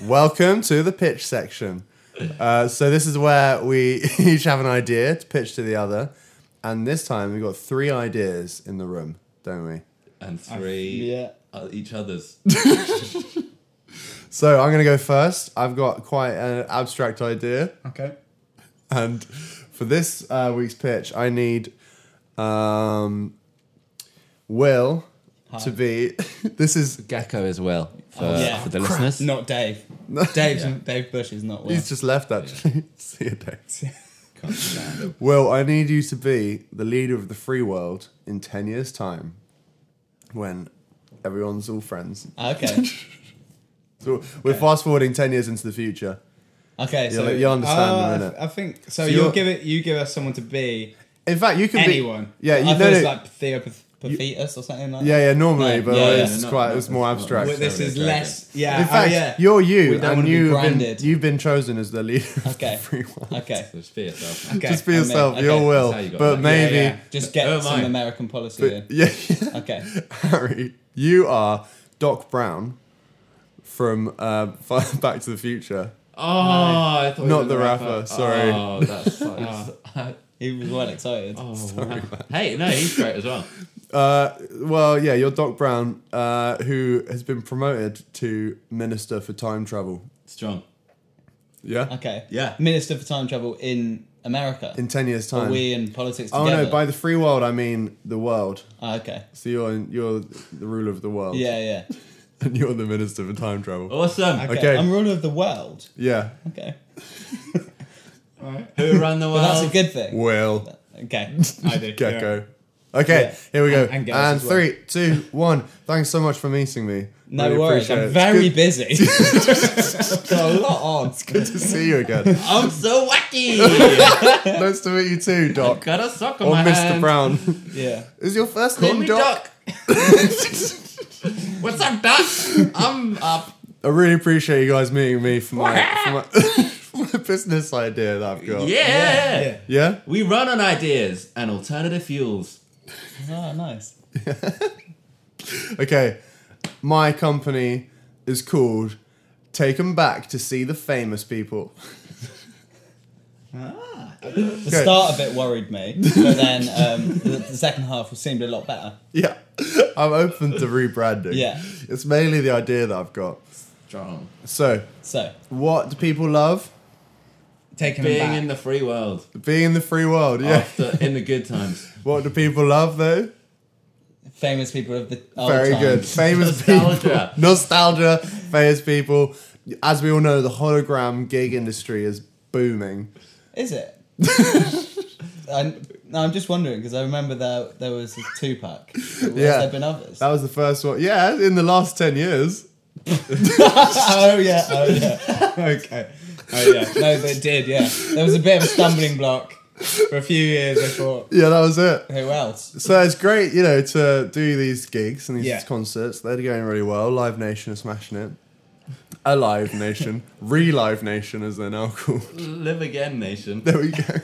[SPEAKER 1] Welcome to the pitch section. Uh, so this is where we *laughs* each have an idea to pitch to the other, and this time we got three ideas in the room, don't we?
[SPEAKER 2] and three,
[SPEAKER 11] Yeah.
[SPEAKER 2] uh, each other's.
[SPEAKER 1] So I'm gonna go first. I've got quite an abstract idea,
[SPEAKER 11] Okay.
[SPEAKER 1] and for this uh, week's pitch, I need um, Will to be. *laughs* this is
[SPEAKER 2] Gecko as well for,
[SPEAKER 11] Oh, yeah.
[SPEAKER 2] for the listeners.
[SPEAKER 1] *laughs*
[SPEAKER 11] Not Dave. Dave's Dave Bush is not well.
[SPEAKER 1] he's just left actually. *laughs* See you, Dave.
[SPEAKER 2] Can't stand him.
[SPEAKER 1] Well, I need you to be the leader of the free world in 10 years' time when everyone's all friends.
[SPEAKER 11] Ah,
[SPEAKER 1] *laughs*
[SPEAKER 11] okay.
[SPEAKER 1] So we're fast forwarding 10 years into the future.
[SPEAKER 11] Okay. So
[SPEAKER 1] You'll- you'll understand in a
[SPEAKER 11] Ah, I-
[SPEAKER 1] minute.
[SPEAKER 11] I think so.
[SPEAKER 1] So
[SPEAKER 11] you'll
[SPEAKER 1] you're-
[SPEAKER 11] give it. You give us someone to be
[SPEAKER 1] In fact, you could be.
[SPEAKER 11] anyone.
[SPEAKER 1] Yeah,
[SPEAKER 11] I
[SPEAKER 1] you
[SPEAKER 11] feel
[SPEAKER 1] know.
[SPEAKER 11] it's
[SPEAKER 1] no,
[SPEAKER 11] like Theo Path- Perfetus or something like
[SPEAKER 1] Yeah,
[SPEAKER 11] that?
[SPEAKER 1] yeah, normally,
[SPEAKER 11] No,
[SPEAKER 1] but
[SPEAKER 11] yeah, yeah,
[SPEAKER 1] it's
[SPEAKER 11] not-
[SPEAKER 1] quite
[SPEAKER 11] not-
[SPEAKER 1] it's more abstract.
[SPEAKER 11] Well, this is less. Yeah.
[SPEAKER 1] In
[SPEAKER 11] oh,
[SPEAKER 1] fact,
[SPEAKER 11] yeah.
[SPEAKER 1] you're
[SPEAKER 11] We
[SPEAKER 1] you,
[SPEAKER 11] don't
[SPEAKER 1] and
[SPEAKER 11] wanna be
[SPEAKER 1] you've been,
[SPEAKER 11] branded.
[SPEAKER 1] you've been chosen as the leader.
[SPEAKER 11] *laughs* Okay. Okay.
[SPEAKER 7] Just be yourself.
[SPEAKER 11] Okay.
[SPEAKER 1] Just be
[SPEAKER 11] I'm in.
[SPEAKER 1] yourself, your
[SPEAKER 11] That's
[SPEAKER 1] will,
[SPEAKER 11] how you got
[SPEAKER 1] but
[SPEAKER 11] that.
[SPEAKER 1] maybe-
[SPEAKER 11] Yeah, yeah. just
[SPEAKER 7] Who
[SPEAKER 11] get
[SPEAKER 7] am
[SPEAKER 11] some
[SPEAKER 7] I?
[SPEAKER 11] American policy. in.
[SPEAKER 1] But, *laughs* yeah,
[SPEAKER 11] Okay.
[SPEAKER 1] *laughs* Harry, you are Doc Brown from uh, *laughs* Back to the Future.
[SPEAKER 2] Oh, I thought he
[SPEAKER 1] not
[SPEAKER 2] was
[SPEAKER 1] the
[SPEAKER 2] a
[SPEAKER 1] rapper. Sorry.
[SPEAKER 2] Oh,
[SPEAKER 11] *laughs*
[SPEAKER 2] that sucks.
[SPEAKER 11] He was well excited. *laughs*
[SPEAKER 2] Oh, wow. Hey, no, he's great as well.
[SPEAKER 1] Uh, well, yeah, you're Doc Brown, uh, who has been promoted to Minister for Time Travel.
[SPEAKER 2] Strong.
[SPEAKER 1] Yeah.
[SPEAKER 11] Okay.
[SPEAKER 2] Yeah.
[SPEAKER 11] Minister for time travel in America.
[SPEAKER 1] In 10 years'
[SPEAKER 11] Are
[SPEAKER 1] time.
[SPEAKER 11] we in politics
[SPEAKER 1] Oh
[SPEAKER 11] together?
[SPEAKER 1] no! By the free world, I mean the world.
[SPEAKER 11] Oh, okay.
[SPEAKER 1] So you're in, you're the ruler of the world.
[SPEAKER 11] Yeah, Oh. yeah.
[SPEAKER 1] *laughs* And you're the minister for time travel.
[SPEAKER 2] Awesome.
[SPEAKER 11] Okay.
[SPEAKER 1] Okay.
[SPEAKER 11] I'm ruler of the world.
[SPEAKER 1] Yeah.
[SPEAKER 11] Okay.
[SPEAKER 2] Who ran the
[SPEAKER 11] But
[SPEAKER 2] world?
[SPEAKER 11] that's a good thing.
[SPEAKER 1] Will.
[SPEAKER 11] Okay.
[SPEAKER 1] Gecko. Okay, here we go.
[SPEAKER 11] And- and
[SPEAKER 1] And,
[SPEAKER 11] girls as well.
[SPEAKER 1] three, two, one. Thanks so much for meeting me.
[SPEAKER 11] No
[SPEAKER 1] Really
[SPEAKER 11] worries.
[SPEAKER 1] appreciate
[SPEAKER 11] I'm
[SPEAKER 1] it.
[SPEAKER 11] very
[SPEAKER 1] It's good, *laughs*
[SPEAKER 11] busy. Got a lot on.
[SPEAKER 1] good to see you
[SPEAKER 2] *laughs*
[SPEAKER 1] again.
[SPEAKER 2] I'm so
[SPEAKER 11] *laughs*
[SPEAKER 2] wacky.
[SPEAKER 1] nice to meet you too, Doc.
[SPEAKER 2] Got a sock on
[SPEAKER 1] Or
[SPEAKER 2] my
[SPEAKER 1] Mr.
[SPEAKER 2] hand.
[SPEAKER 1] Brown.
[SPEAKER 11] Yeah.
[SPEAKER 1] Is your first
[SPEAKER 2] Call
[SPEAKER 1] name
[SPEAKER 2] me
[SPEAKER 1] Doc?
[SPEAKER 2] Doc. *laughs* What's up, Doc? I'm up.
[SPEAKER 1] I really appreciate you guys meeting me for my, for my, for my *laughs* business idea that I've got.
[SPEAKER 2] Yeah.
[SPEAKER 11] yeah.
[SPEAKER 1] Yeah?
[SPEAKER 2] We run on ideas and alternative fuels.
[SPEAKER 11] Oh, nice.
[SPEAKER 1] Okay. My company is called Take 'em Back to See the Famous People. *laughs*
[SPEAKER 11] The start of it worried me, but then um, the, the second half seemed a lot better.
[SPEAKER 1] Yeah. I'm open to rebranding.
[SPEAKER 11] Yeah.
[SPEAKER 1] It's mainly the idea that I've got.
[SPEAKER 2] Strong.
[SPEAKER 1] So,
[SPEAKER 11] So
[SPEAKER 1] what do people love?
[SPEAKER 11] taking them
[SPEAKER 2] Being
[SPEAKER 11] back.
[SPEAKER 2] in the free world.
[SPEAKER 1] Being in the free world, yeah.
[SPEAKER 2] After, in the good
[SPEAKER 11] *laughs*
[SPEAKER 2] times.
[SPEAKER 1] What do people love though?
[SPEAKER 11] famous people of the old
[SPEAKER 1] Very
[SPEAKER 11] times.
[SPEAKER 1] good. Famous
[SPEAKER 2] *laughs* Nostalgia.
[SPEAKER 1] people. Nostalgia. Famous people. As we all know, the hologram gig industry is booming.
[SPEAKER 11] Is
[SPEAKER 1] *laughs*
[SPEAKER 11] it? I'm, no, I'm just wondering because I remember there there was a Tupac. Has
[SPEAKER 1] Yeah.
[SPEAKER 11] there been others?
[SPEAKER 1] That was the first one. Yeah, in the last 10 years.
[SPEAKER 11] *laughs* oh yeah, oh yeah. *laughs* okay. Oh yeah. No, but it did. Yeah, there was a bit of a stumbling block for a few years. I thought,
[SPEAKER 1] Yeah, that was it.
[SPEAKER 11] who else?
[SPEAKER 1] So it's great, you know, to do these gigs and these
[SPEAKER 11] Yeah.
[SPEAKER 1] concerts. They're going really well. Live Nation are smashing it. Alive
[SPEAKER 11] *laughs*
[SPEAKER 1] Nation. Relive Nation, as they're now called. *laughs*
[SPEAKER 2] Live again, nation.
[SPEAKER 1] There we go.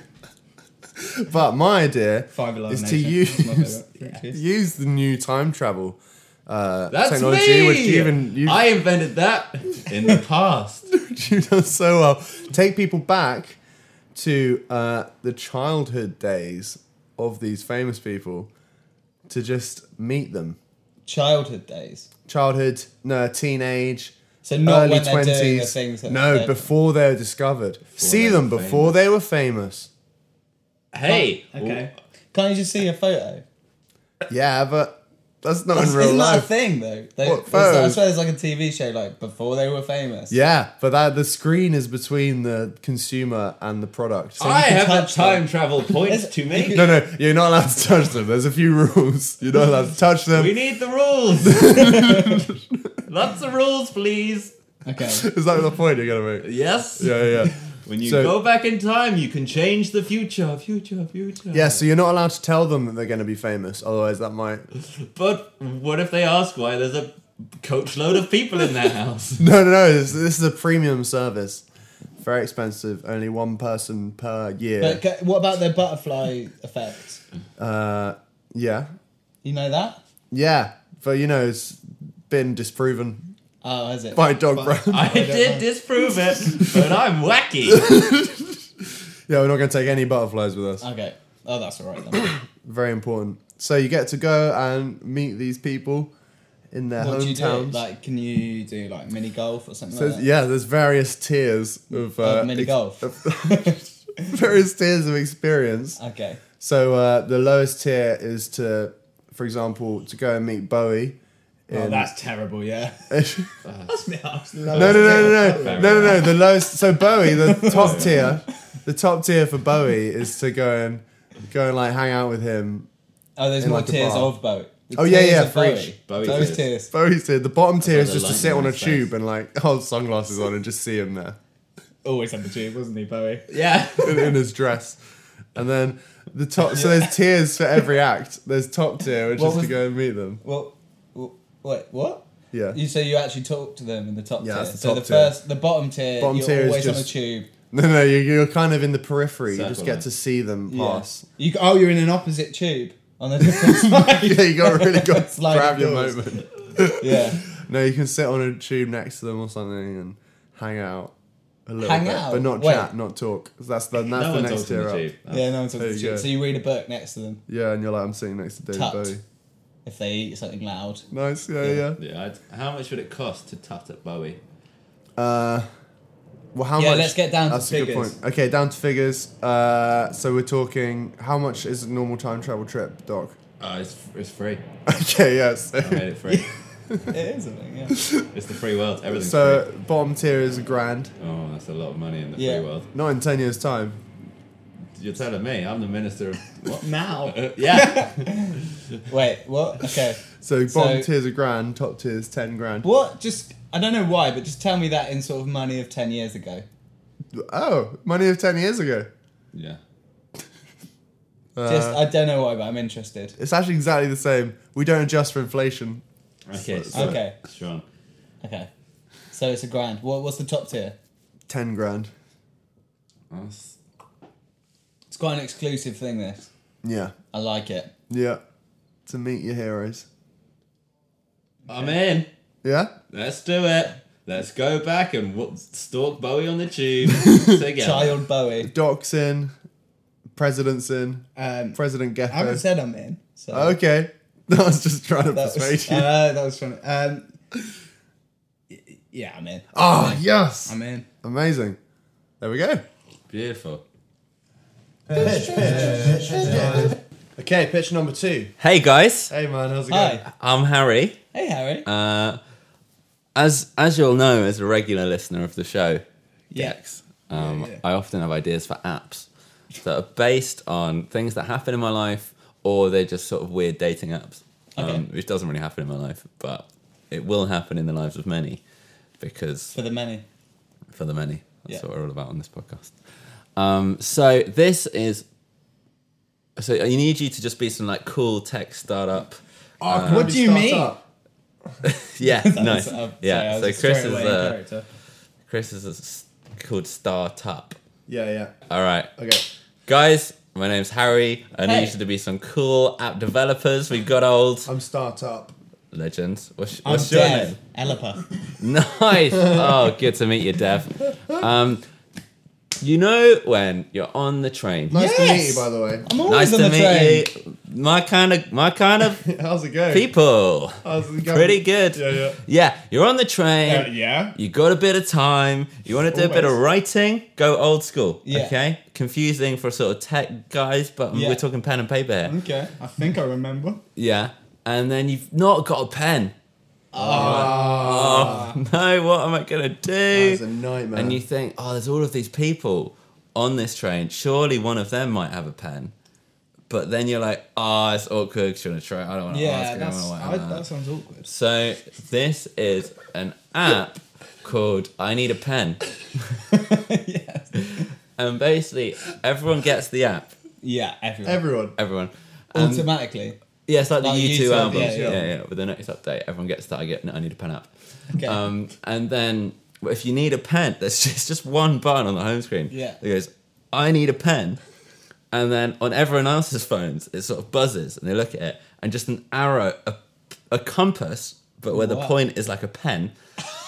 [SPEAKER 1] but my idea
[SPEAKER 11] Five Alive
[SPEAKER 1] is to
[SPEAKER 11] Nation. That's my
[SPEAKER 1] use, *laughs*
[SPEAKER 11] favourite.
[SPEAKER 1] use the new time travel uh,
[SPEAKER 2] That's
[SPEAKER 1] technology,
[SPEAKER 2] me.
[SPEAKER 1] which you even you,
[SPEAKER 2] I invented that in the past.
[SPEAKER 1] *laughs* which you've done so well. Take people back to uh, the childhood days of these famous people to just meet them.
[SPEAKER 11] Childhood days.
[SPEAKER 1] Childhood, no, teenage,
[SPEAKER 11] So not
[SPEAKER 1] early
[SPEAKER 11] when they're doing the
[SPEAKER 1] twenties.
[SPEAKER 11] things. That
[SPEAKER 1] no,
[SPEAKER 11] they're-
[SPEAKER 1] before they were discovered. See
[SPEAKER 2] they
[SPEAKER 1] them
[SPEAKER 2] were
[SPEAKER 1] before they were famous.
[SPEAKER 2] Hey.
[SPEAKER 11] Oh, Okay. Can't you just see a photo?
[SPEAKER 1] Yeah, but that's not *laughs* in real
[SPEAKER 11] Isn't that a
[SPEAKER 1] life.
[SPEAKER 11] thing though? They,
[SPEAKER 1] What,
[SPEAKER 11] it's like- I
[SPEAKER 1] photos?
[SPEAKER 11] swear, there's like a TV show like before they were famous.
[SPEAKER 1] Yeah, but that the screen is between the consumer and the product.
[SPEAKER 2] I
[SPEAKER 11] can
[SPEAKER 2] have a
[SPEAKER 11] touch them.
[SPEAKER 2] time
[SPEAKER 11] *laughs*
[SPEAKER 2] travel point
[SPEAKER 11] It's-
[SPEAKER 2] to make.
[SPEAKER 1] no, no, you're not allowed to touch them. There's a few rules. You're not allowed to touch them.
[SPEAKER 2] We need the
[SPEAKER 1] *laughs*
[SPEAKER 2] rules. Lots of rules, please.
[SPEAKER 1] *laughs*
[SPEAKER 11] Okay.
[SPEAKER 1] Is that the point you're gonna make?
[SPEAKER 2] Yes.
[SPEAKER 1] Yeah, yeah. yeah.
[SPEAKER 2] When you
[SPEAKER 1] So-
[SPEAKER 2] go back in time, you can change the future, future, future.
[SPEAKER 1] *laughs* Yeah, so you're not allowed to tell them that they're gonna be famous, otherwise that might. *laughs*
[SPEAKER 2] But what if they ask why there's a coach load of people in their
[SPEAKER 1] *laughs*
[SPEAKER 2] house?
[SPEAKER 1] No, no, no. This, this is a premium service. Very expensive. Only one person per year.
[SPEAKER 11] But go- what about their butterfly effect?
[SPEAKER 1] Uh, yeah,
[SPEAKER 11] You know that?
[SPEAKER 1] yeah. But you know, it's been disproven *laughs*
[SPEAKER 11] Oh, is it?
[SPEAKER 1] by Doc Brown.
[SPEAKER 2] I did disprove it, but I'm wacky.
[SPEAKER 1] *laughs* yeah, we're not gonna take any butterflies with us.
[SPEAKER 11] Okay. Oh, that's all
[SPEAKER 1] *coughs*
[SPEAKER 11] right then.
[SPEAKER 1] Very important. So you get to go and meet these people in their
[SPEAKER 11] what do you do?
[SPEAKER 1] hometowns.
[SPEAKER 11] Like, can you do like mini golf or something
[SPEAKER 1] So
[SPEAKER 11] like
[SPEAKER 1] there's-
[SPEAKER 11] that? Oh,
[SPEAKER 1] yeah, there's various tiers of, uh,
[SPEAKER 11] mini
[SPEAKER 1] ex-
[SPEAKER 11] golf. *laughs*
[SPEAKER 1] of- *laughs* various tiers of experience. *laughs*
[SPEAKER 11] Okay.
[SPEAKER 1] So uh, the lowest tier is to, for example, to go and meet Bowie.
[SPEAKER 11] Oh,
[SPEAKER 1] in-
[SPEAKER 11] that's
[SPEAKER 1] *laughs*
[SPEAKER 11] terrible. Yeah. *laughs* that's me.
[SPEAKER 1] no, no, no, no, no, no, no, no. The lowest. So Bowie, the top tier, the top tier for Bowie is to go and go and like hang out with him.
[SPEAKER 11] Oh, there's
[SPEAKER 1] In,
[SPEAKER 11] more
[SPEAKER 1] like, a
[SPEAKER 11] tears
[SPEAKER 1] bar.
[SPEAKER 11] of boat. The
[SPEAKER 1] Oh, yeah,
[SPEAKER 11] tears
[SPEAKER 1] yeah,
[SPEAKER 11] of
[SPEAKER 1] for
[SPEAKER 11] Bowie.
[SPEAKER 1] each-
[SPEAKER 2] Bowie
[SPEAKER 11] Those
[SPEAKER 2] tears.
[SPEAKER 11] tears.
[SPEAKER 1] Bowie's tier. The bottom tier is
[SPEAKER 2] the
[SPEAKER 1] just to
[SPEAKER 2] lightning
[SPEAKER 1] sit on
[SPEAKER 2] in
[SPEAKER 1] a
[SPEAKER 2] his face.
[SPEAKER 1] tube and like *laughs* hold sunglasses on and just see him there *laughs*
[SPEAKER 11] Oh, Always had the tube, wasn't he, Bowie?
[SPEAKER 2] Yeah.
[SPEAKER 1] in, in his dress. And then the top. So there's tiers for every act. There's top tier, which
[SPEAKER 11] What
[SPEAKER 1] is
[SPEAKER 11] was-
[SPEAKER 1] to go and meet them.
[SPEAKER 11] Well, w- wait, what?
[SPEAKER 1] Yeah.
[SPEAKER 11] You say you actually talk to them in the top
[SPEAKER 1] Yeah,
[SPEAKER 11] tier.
[SPEAKER 1] that's the
[SPEAKER 11] so
[SPEAKER 1] top
[SPEAKER 11] the
[SPEAKER 1] tier.
[SPEAKER 11] first, the bottom tier,
[SPEAKER 1] Bottom
[SPEAKER 11] you're
[SPEAKER 1] tier is
[SPEAKER 11] always on a
[SPEAKER 1] just-
[SPEAKER 11] tube.
[SPEAKER 1] No, no, you're, you're kind of in the periphery. you just
[SPEAKER 11] Circle
[SPEAKER 1] get
[SPEAKER 11] them.
[SPEAKER 1] to see them
[SPEAKER 11] Yeah.
[SPEAKER 1] pass.
[SPEAKER 11] You oh, you're in an opposite tube
[SPEAKER 1] *laughs*
[SPEAKER 11] on a different side.
[SPEAKER 1] Yeah, you got to really
[SPEAKER 11] *laughs*
[SPEAKER 1] go
[SPEAKER 11] Sliding
[SPEAKER 1] grab your
[SPEAKER 11] doors.
[SPEAKER 1] moment.
[SPEAKER 11] Yeah.
[SPEAKER 1] no, you can sit on a tube next to them or something and hang out a little
[SPEAKER 11] Hang
[SPEAKER 1] bit,
[SPEAKER 11] out?
[SPEAKER 1] but not
[SPEAKER 11] Wait.
[SPEAKER 1] chat, not talk. 'Cause That's the that's
[SPEAKER 2] No
[SPEAKER 1] the
[SPEAKER 2] one
[SPEAKER 1] next
[SPEAKER 2] talks on
[SPEAKER 1] tier
[SPEAKER 2] the
[SPEAKER 1] up.
[SPEAKER 2] tube.
[SPEAKER 11] Yeah, no one talks
[SPEAKER 1] There
[SPEAKER 11] to the
[SPEAKER 1] you
[SPEAKER 11] tube.
[SPEAKER 1] go.
[SPEAKER 11] So you read a book next to them.
[SPEAKER 1] Yeah, and you're like, I'm sitting next to David
[SPEAKER 11] Tucked.
[SPEAKER 1] Bowie.
[SPEAKER 11] If they eat
[SPEAKER 1] *laughs*
[SPEAKER 11] something loud.
[SPEAKER 1] Nice, yeah, yeah.
[SPEAKER 2] Yeah, I'd, how much would it cost to tut at Bowie?
[SPEAKER 1] Uh, well, how
[SPEAKER 11] Yeah,
[SPEAKER 1] much?
[SPEAKER 11] let's get down to
[SPEAKER 1] That's a
[SPEAKER 11] figures.
[SPEAKER 1] good point. Okay, down to figures. Uh, so we're talking. How much is a normal time travel trip, Doc? *laughs*
[SPEAKER 2] Uh, it's it's free.
[SPEAKER 1] Okay, yes.
[SPEAKER 2] I made it free.
[SPEAKER 11] it is something, yeah.
[SPEAKER 2] it's the free world.
[SPEAKER 1] *laughs*
[SPEAKER 2] Everything's
[SPEAKER 1] so bottom tier is a grand.
[SPEAKER 2] free. Oh, that's a lot of money in the
[SPEAKER 11] Yeah.
[SPEAKER 2] free world.
[SPEAKER 1] Not in ten years' time.
[SPEAKER 2] You're telling me I'm the minister of what? Uh,
[SPEAKER 11] now.
[SPEAKER 2] yeah.
[SPEAKER 11] Wait, what? Okay.
[SPEAKER 1] So bottom
[SPEAKER 11] So-
[SPEAKER 1] tier's a grand, top tier's ten grand.
[SPEAKER 11] What? Just, I don't know why, but just tell me that in sort of money of 10 years ago.
[SPEAKER 1] Oh, money of ten years ago.
[SPEAKER 2] Yeah.
[SPEAKER 1] Uh,
[SPEAKER 11] Just, I don't know why, but I'm interested.
[SPEAKER 1] it's actually exactly the same. We don't adjust for inflation.
[SPEAKER 2] Okay. So,
[SPEAKER 11] Okay.
[SPEAKER 2] Strong.
[SPEAKER 11] Okay. So it's a grand. What, what's the top tier?
[SPEAKER 1] Ten grand.
[SPEAKER 2] That's-
[SPEAKER 11] It's quite an exclusive thing, this.
[SPEAKER 1] Yeah,
[SPEAKER 11] I like it.
[SPEAKER 1] yeah. To meet your heroes.
[SPEAKER 2] I'm in.
[SPEAKER 1] Yeah.
[SPEAKER 2] Let's do it. Let's go back and w- stalk Bowie on the tube together.
[SPEAKER 11] Child Bowie.
[SPEAKER 1] Doc's in. President's in.
[SPEAKER 11] Um,
[SPEAKER 1] President Gecko.
[SPEAKER 11] I haven't said I'm in. So
[SPEAKER 1] Okay. *laughs* That was just trying to
[SPEAKER 11] that
[SPEAKER 1] persuade
[SPEAKER 11] was,
[SPEAKER 1] you.
[SPEAKER 11] *laughs* uh, that was fun. Um, y- yeah, I'm in.
[SPEAKER 1] oh, yes.
[SPEAKER 11] I'm in.
[SPEAKER 1] Amazing. There we go.
[SPEAKER 2] Beautiful.
[SPEAKER 1] Okay, pitch number two.
[SPEAKER 2] Hey guys,
[SPEAKER 1] Hey, man, how's it
[SPEAKER 11] Hi.
[SPEAKER 2] I'm Harry.
[SPEAKER 11] Hey, Harry.
[SPEAKER 2] Uh, as as you'll know, as a regular listener of the show,
[SPEAKER 11] yeah.
[SPEAKER 2] um,
[SPEAKER 11] Yeah, yeah.
[SPEAKER 2] I often have ideas for apps that are based on things that happen in my life, or they're just sort of weird dating apps,
[SPEAKER 11] Okay.
[SPEAKER 2] um, which doesn't really happen in my life, but it will happen in the lives of many, because
[SPEAKER 11] For the many.
[SPEAKER 2] *laughs* for the many, that's
[SPEAKER 11] Yeah.
[SPEAKER 2] what we're all about on this podcast. Um, so this is. So I need you to just be some like cool tech
[SPEAKER 11] *laughs*
[SPEAKER 2] startup.
[SPEAKER 1] Ah,
[SPEAKER 11] what do you mean?
[SPEAKER 2] Yeah, nice.
[SPEAKER 11] Sorry, I
[SPEAKER 2] yeah.
[SPEAKER 11] was
[SPEAKER 2] So
[SPEAKER 11] just
[SPEAKER 2] Chris
[SPEAKER 11] straight
[SPEAKER 2] is
[SPEAKER 11] away in
[SPEAKER 2] uh,
[SPEAKER 11] character.
[SPEAKER 2] Chris is a s- called Startup.
[SPEAKER 1] Yeah, yeah.
[SPEAKER 2] All right,
[SPEAKER 1] Okay.
[SPEAKER 2] guys. My name's Harry. I
[SPEAKER 11] Hey.
[SPEAKER 2] need you to be some cool app developers. We've got old
[SPEAKER 1] I'm startup.
[SPEAKER 2] legends. What's,
[SPEAKER 11] I'm
[SPEAKER 2] what's your
[SPEAKER 11] Dev.
[SPEAKER 2] name?
[SPEAKER 11] Elipa.
[SPEAKER 2] Nice. oh, good to meet you, Dev. Um, you know when you're on the train.
[SPEAKER 1] Nice to meet
[SPEAKER 11] Yes.
[SPEAKER 1] you, by the way. *laughs*
[SPEAKER 11] I'm always
[SPEAKER 2] Nice
[SPEAKER 11] on
[SPEAKER 2] to
[SPEAKER 11] the
[SPEAKER 2] meet
[SPEAKER 11] train.
[SPEAKER 2] you. My kind of my kind of
[SPEAKER 1] How's it going?
[SPEAKER 2] people.
[SPEAKER 11] *laughs*
[SPEAKER 1] How's it going?
[SPEAKER 2] Pretty good.
[SPEAKER 1] Yeah, yeah.
[SPEAKER 2] Yeah, you're on the train.
[SPEAKER 11] Uh, yeah.
[SPEAKER 2] You got a bit of time. You want to do a bit of
[SPEAKER 1] Always.
[SPEAKER 2] writing? Go old school.
[SPEAKER 11] Yeah.
[SPEAKER 2] Okay. Confusing for sort of tech guys, but
[SPEAKER 11] Yeah.
[SPEAKER 2] we're talking pen and paper here.
[SPEAKER 11] Okay. I think I remember.
[SPEAKER 2] Yeah. And then you've not got a pen.
[SPEAKER 11] Ah.
[SPEAKER 2] Oh, *laughs* no, what am I gonna
[SPEAKER 1] That is
[SPEAKER 2] do?
[SPEAKER 1] a nightmare.
[SPEAKER 2] and you think, oh, there's all of these people on this train. Surely one of them might have a pen. But then you're like, ah, it's awkward. 'cause You're on a train. I don't want to ask.
[SPEAKER 11] Yeah,
[SPEAKER 2] I don't
[SPEAKER 11] that's,
[SPEAKER 2] wanna
[SPEAKER 11] I,
[SPEAKER 2] wait on that.
[SPEAKER 11] that sounds
[SPEAKER 2] *laughs*
[SPEAKER 11] awkward.
[SPEAKER 2] So this is an app called I Need a Pen.
[SPEAKER 11] yes.
[SPEAKER 2] And basically, everyone gets the app.
[SPEAKER 11] Yeah, everyone.
[SPEAKER 1] Everyone.
[SPEAKER 2] Everyone. Um, And-
[SPEAKER 11] Automatically.
[SPEAKER 2] yeah, it's like the
[SPEAKER 11] Like the
[SPEAKER 2] U2,
[SPEAKER 11] U2
[SPEAKER 2] album.
[SPEAKER 11] yeah,
[SPEAKER 2] Yeah, yeah,
[SPEAKER 11] yeah.
[SPEAKER 2] With the next update, everyone gets that. I get, I need a pen app.
[SPEAKER 11] Okay.
[SPEAKER 2] Um, and then well, if you need a pen, *laughs* there's just, just one button on the home screen.
[SPEAKER 11] Yeah.
[SPEAKER 2] That goes, I need a pen. And then on everyone else's phones, it sort of buzzes and they look at it and just an arrow, a, a compass, but where the
[SPEAKER 11] Wow.
[SPEAKER 2] point is like a pen.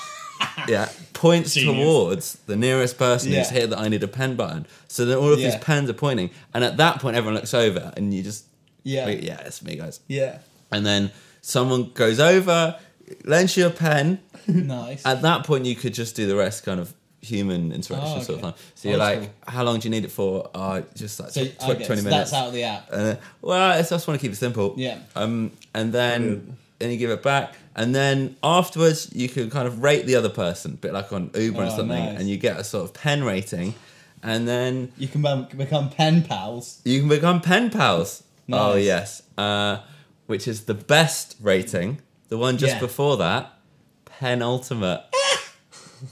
[SPEAKER 2] *laughs* yeah. Points towards the nearest person who's
[SPEAKER 11] Yeah.
[SPEAKER 2] hit the I need a pen button. So then all of
[SPEAKER 11] Yeah.
[SPEAKER 2] these pens are pointing. And at that point, everyone looks over and you just,
[SPEAKER 11] Yeah.
[SPEAKER 2] like, yeah, it's me, guys. *laughs*
[SPEAKER 11] yeah.
[SPEAKER 2] And then someone goes over, lends you a pen.
[SPEAKER 11] Nice.
[SPEAKER 2] At that point, you could just do the rest kind of human interaction
[SPEAKER 11] Oh,
[SPEAKER 2] sort of
[SPEAKER 11] okay.
[SPEAKER 2] time. So you're
[SPEAKER 11] Old
[SPEAKER 2] like,
[SPEAKER 11] school.
[SPEAKER 2] how long do you need it for? Uh, just like
[SPEAKER 11] so,
[SPEAKER 2] tw- tw-
[SPEAKER 11] okay,
[SPEAKER 2] 20
[SPEAKER 11] so
[SPEAKER 2] minutes.
[SPEAKER 11] that's out of the app.
[SPEAKER 2] And then, well, I just want to keep it simple.
[SPEAKER 11] Yeah.
[SPEAKER 2] Um, and then then you give it back, and then afterwards you can kind of rate the other person, bit like on Uber and
[SPEAKER 11] Oh,
[SPEAKER 2] something,
[SPEAKER 11] nice.
[SPEAKER 2] and you get a sort of pen rating, and then
[SPEAKER 11] You can bum- become pen pals.
[SPEAKER 2] you can become pen pals. Oh
[SPEAKER 11] Nice.
[SPEAKER 2] yes, uh, which is the best rating. The one just
[SPEAKER 11] Yeah. *laughs*
[SPEAKER 2] before that, penultimate.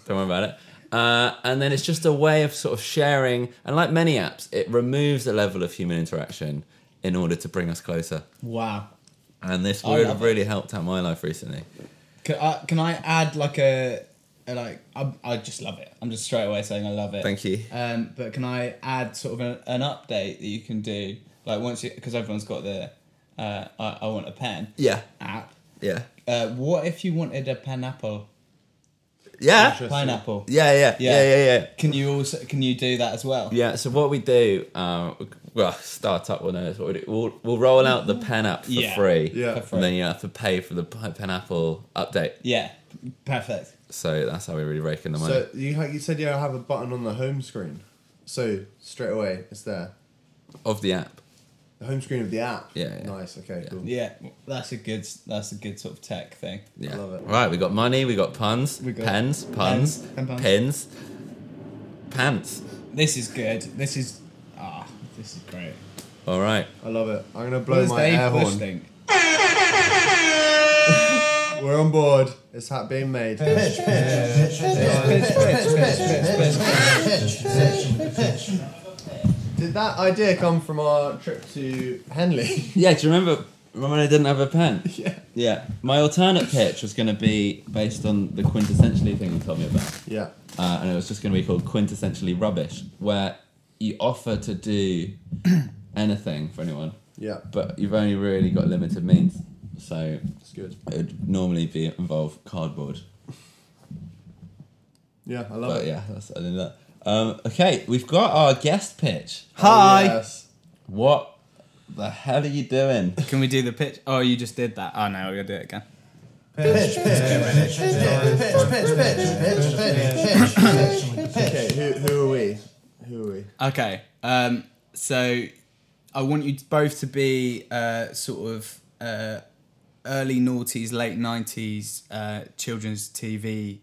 [SPEAKER 2] Don't worry about it. Uh, and then it's just a way of sort of sharing. And like many apps, it removes a level of human interaction in order to bring us closer.
[SPEAKER 11] Wow.
[SPEAKER 2] And this
[SPEAKER 11] I
[SPEAKER 2] would
[SPEAKER 11] love
[SPEAKER 2] have really helped out my life recently.
[SPEAKER 11] Can I, can I add like a, a like I, I just love it. I'm just straight away saying I love it.
[SPEAKER 2] Thank you.
[SPEAKER 11] Um, but can I add sort of an, an update that you can do like once you because everyone's got the uh, I, I want a pen
[SPEAKER 2] Yeah.
[SPEAKER 11] app.
[SPEAKER 2] Yeah.
[SPEAKER 11] Uh, what if you wanted a pineapple?
[SPEAKER 2] Yeah.
[SPEAKER 11] Pineapple.
[SPEAKER 2] Yeah, yeah, yeah, yeah, yeah.
[SPEAKER 11] Can you also can you do that as well?
[SPEAKER 2] Yeah, so what we do, um, well, startup will know this, what we do. We'll, we'll roll out the pen app for
[SPEAKER 11] Yeah,
[SPEAKER 2] free.
[SPEAKER 11] yeah. For free.
[SPEAKER 2] And then you have to pay for the pi- pen apple update.
[SPEAKER 11] Yeah. Perfect.
[SPEAKER 2] So that's how we really rake in the money.
[SPEAKER 1] So you ha- you said you have a button on the home screen, so straight away it's there.
[SPEAKER 2] of the app.
[SPEAKER 1] The home screen of the app.
[SPEAKER 2] Yeah, yeah.
[SPEAKER 1] Nice. Okay. Cool.
[SPEAKER 11] Yeah, that's a good that's a good sort of tech thing.
[SPEAKER 2] Yeah.
[SPEAKER 1] I love it.
[SPEAKER 2] Right, we got money, we got puns,
[SPEAKER 11] We got
[SPEAKER 2] pens, puns,
[SPEAKER 11] pens, pen puns.
[SPEAKER 2] pins, pants.
[SPEAKER 11] This is good. This is ah, this is great.
[SPEAKER 2] All right.
[SPEAKER 1] I love it. I'm gonna
[SPEAKER 11] What
[SPEAKER 1] blow
[SPEAKER 11] does
[SPEAKER 1] my
[SPEAKER 11] Dave
[SPEAKER 1] air
[SPEAKER 11] Bush
[SPEAKER 1] horn.
[SPEAKER 11] think?
[SPEAKER 1] We're on board. It's ha- being made. Did that idea come from our trip to
[SPEAKER 11] *laughs*
[SPEAKER 1] Henley?
[SPEAKER 2] Yeah, do you remember remember when I didn't have a pen? Yeah. Yeah. My alternate pitch was going to be based on the quintessentially thing you told me about.
[SPEAKER 1] Yeah.
[SPEAKER 2] Uh, and it was just going to be called Quintessentially Rubbish, where you offer to
[SPEAKER 11] *clears throat*
[SPEAKER 2] do anything for anyone,
[SPEAKER 1] Yeah.
[SPEAKER 2] but you've only really got limited means. So
[SPEAKER 1] It's good.
[SPEAKER 2] it would normally be involve cardboard.
[SPEAKER 1] Yeah, I love
[SPEAKER 2] But
[SPEAKER 11] Oh.
[SPEAKER 1] it.
[SPEAKER 2] yeah, that's, I did that. Um, okay, we've got our guest pitch.
[SPEAKER 1] Oh, yes.
[SPEAKER 2] What the hell are you doing?
[SPEAKER 11] Can we do the pitch? Oh, you just did that. Oh no, we're gonna do it again.
[SPEAKER 1] Okay, who, who are we? Who are we?
[SPEAKER 11] Okay. Um, so I want you both to be uh, sort of uh, early noughties, late nineties uh, children's TV